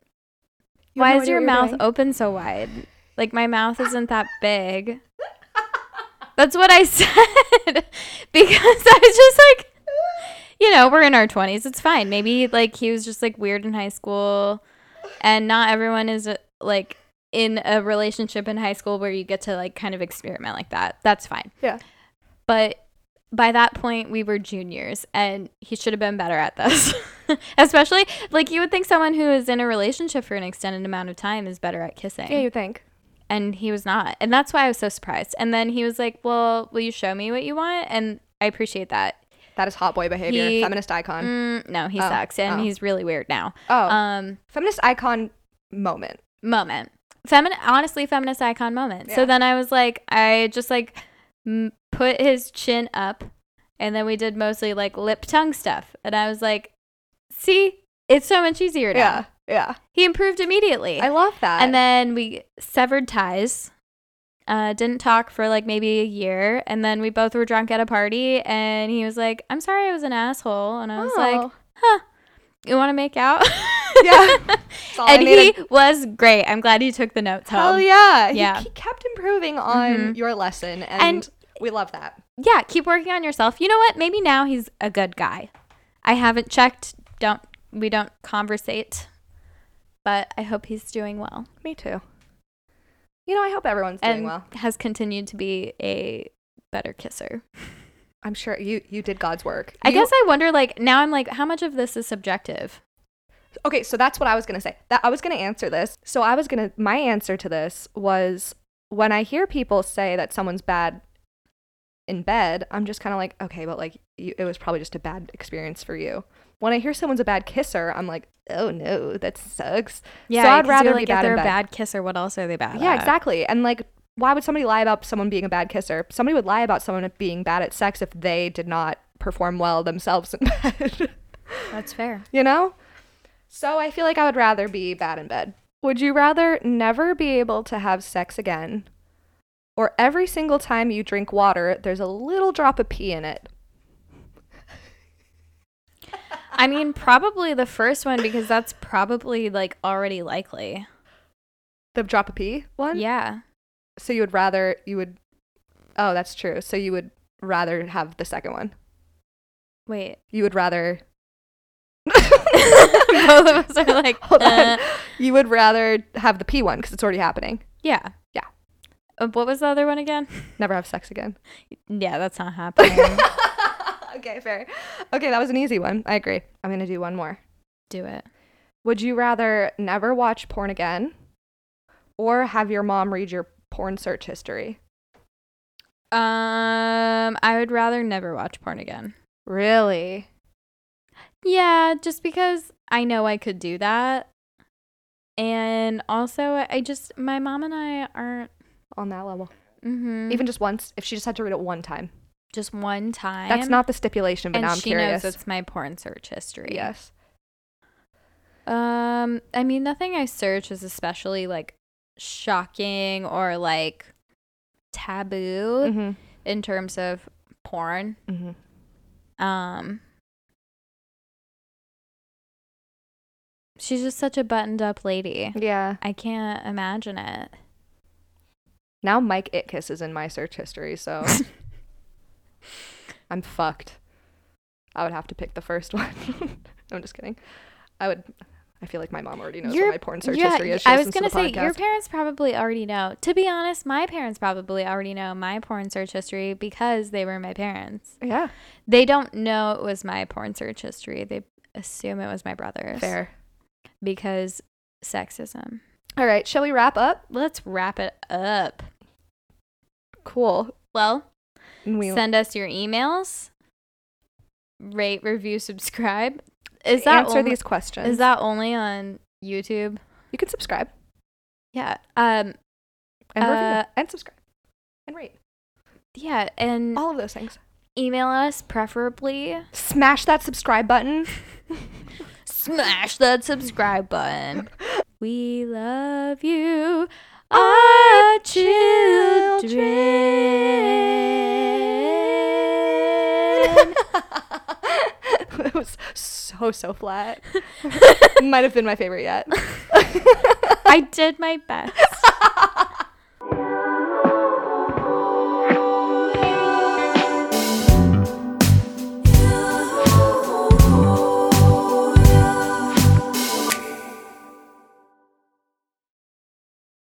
Speaker 3: You have
Speaker 2: why
Speaker 3: no
Speaker 2: is
Speaker 3: idea
Speaker 2: your
Speaker 3: what you're
Speaker 2: mouth
Speaker 3: doing.
Speaker 2: open so wide? Like my mouth isn't that big. That's what I said because I was just like, you know, we're in our twenties. It's fine. Maybe like he was just like weird in high school, and not everyone is uh, like in a relationship in high school where you get to like kind of experiment like that. That's fine.
Speaker 3: Yeah.
Speaker 2: But by that point, we were juniors, and he should have been better at this. Especially, like, you would think someone who is in a relationship for an extended amount of time is better at kissing
Speaker 3: yeah, you think.
Speaker 2: and he was not and that's why i was so surprised and then he was like well will you show me what you want and i appreciate that
Speaker 3: That is hot boy behavior.
Speaker 2: He-
Speaker 3: Feminist icon.
Speaker 2: Mm, no he
Speaker 3: Oh,
Speaker 2: sucks and
Speaker 3: oh.
Speaker 2: he's really weird now
Speaker 3: oh.
Speaker 2: um
Speaker 3: feminist icon moment.
Speaker 2: moment feminine honestly feminist icon moment so
Speaker 3: Yeah.
Speaker 2: then i was like i just like m- put his chin up and then we did mostly like lip tongue stuff and i was like see it's so much easier now
Speaker 3: Yeah. Yeah.
Speaker 2: he improved immediately
Speaker 3: I love that.
Speaker 2: and then we severed ties uh, didn't talk for like maybe a year and then we both were drunk at a party and he was like i'm sorry i was an asshole and i was like
Speaker 3: Oh.
Speaker 2: you want to make out
Speaker 3: Yeah. That's all I
Speaker 2: and he
Speaker 3: needed.
Speaker 2: was great i'm glad he took the notes
Speaker 3: Hell
Speaker 2: home
Speaker 3: yeah. He-
Speaker 2: Yeah.
Speaker 3: He, kept improving on
Speaker 2: Mhm.
Speaker 3: your lesson and,
Speaker 2: And-
Speaker 3: we love that.
Speaker 2: yeah keep working on yourself you know what maybe now he's a good guy i haven't checked don't we don't conversate but i hope he's doing well
Speaker 3: Me too. You know, I hope everyone's doing
Speaker 2: and
Speaker 3: well.
Speaker 2: has continued to be a better kisser
Speaker 3: I'm sure you you did God's work.
Speaker 2: I
Speaker 3: You-
Speaker 2: guess I wonder, like, now I'm like, how much of this is subjective?
Speaker 3: Okay, so that's what I was gonna say. That I was gonna answer this. So I was gonna my answer to this was when I hear people say that someone's bad in bed, I'm just kind of like, okay, but like you, it was probably just a bad experience for you. When I hear someone's a bad kisser, I'm like, oh no, that sucks. so I'd
Speaker 2: 'cause
Speaker 3: rather
Speaker 2: you're like,
Speaker 3: be
Speaker 2: if
Speaker 3: bad
Speaker 2: they're
Speaker 3: in
Speaker 2: a
Speaker 3: bed.
Speaker 2: bad kisser, what else are they bad
Speaker 3: yeah,
Speaker 2: at?
Speaker 3: exactly. And like, why would somebody lie about someone being a bad kisser? Somebody would lie about someone being bad at sex if they did not perform well themselves in bed.
Speaker 2: That's fair.
Speaker 3: you know? So I feel like I would rather be bad in bed. Would you rather never be able to have sex again? Or every single time you drink water, there's a little drop of pee in it?
Speaker 2: I mean, probably the first one because that's probably like already likely.
Speaker 3: The drop of pee one?
Speaker 2: Yeah.
Speaker 3: So you would rather, you would, oh, that's true. So you would rather have the second one.
Speaker 2: Wait.
Speaker 3: You would rather,
Speaker 2: Both of us are like,
Speaker 3: Hold on.
Speaker 2: uh,
Speaker 3: you would rather have the pee one because it's already happening.
Speaker 2: yeah.
Speaker 3: Yeah.
Speaker 2: Uh, what was the other one again?
Speaker 3: Never have sex again.
Speaker 2: Yeah, that's not happening.
Speaker 3: okay, fair. Okay, that was an easy one. I agree. I'm going to do one more.
Speaker 2: Do it.
Speaker 3: Would you rather never watch porn again or have your mom read your porn search history?
Speaker 2: Um, I would rather never watch porn again.
Speaker 3: Really?
Speaker 2: Yeah, just because I know I could do that. And also, I just, my mom and I aren't,
Speaker 3: On that level.
Speaker 2: mhm,
Speaker 3: Even just once, if she just had to read it one time.
Speaker 2: just one time.
Speaker 3: That's not the stipulation, but
Speaker 2: and
Speaker 3: now I'm
Speaker 2: she
Speaker 3: curious.
Speaker 2: knows it's my porn search history.
Speaker 3: yes.
Speaker 2: Um, I mean, nothing I search is especially like shocking or like taboo
Speaker 3: Mm-hmm.
Speaker 2: in terms of porn.
Speaker 3: Mm-hmm.
Speaker 2: Um, she's just such a buttoned up lady.
Speaker 3: Yeah.
Speaker 2: I can't imagine it.
Speaker 3: Now Mike Itkiss is in my search history, so I'm fucked. I would have to pick the first one. I'm just kidding. I would I feel like my mom already knows
Speaker 2: Your-
Speaker 3: what my porn search
Speaker 2: yeah,
Speaker 3: history is. She
Speaker 2: I was
Speaker 3: listens to
Speaker 2: gonna
Speaker 3: the
Speaker 2: say your
Speaker 3: podcast.
Speaker 2: parents probably already know. To be honest, my parents probably already know my porn search history because they were my parents.
Speaker 3: Yeah,
Speaker 2: They don't know it was my porn search history. They assume it was my brother's.
Speaker 3: fair.
Speaker 2: Because sexism.
Speaker 3: All right, shall we wrap up?
Speaker 2: Let's wrap it up.
Speaker 3: Cool.
Speaker 2: Well,
Speaker 3: And we
Speaker 2: send us your emails. Rate, review, subscribe. Is that
Speaker 3: answer
Speaker 2: only,
Speaker 3: these questions.
Speaker 2: Is that only on YouTube?
Speaker 3: you can subscribe
Speaker 2: Yeah. Um
Speaker 3: and
Speaker 2: Uh,
Speaker 3: review and subscribe and rate
Speaker 2: yeah, and
Speaker 3: all of those things.
Speaker 2: email us preferably.
Speaker 3: Smash that subscribe button.
Speaker 2: Smash that subscribe button. We love you, our children.
Speaker 3: it was so so flat. Might have been my favorite yet.
Speaker 2: I did my best.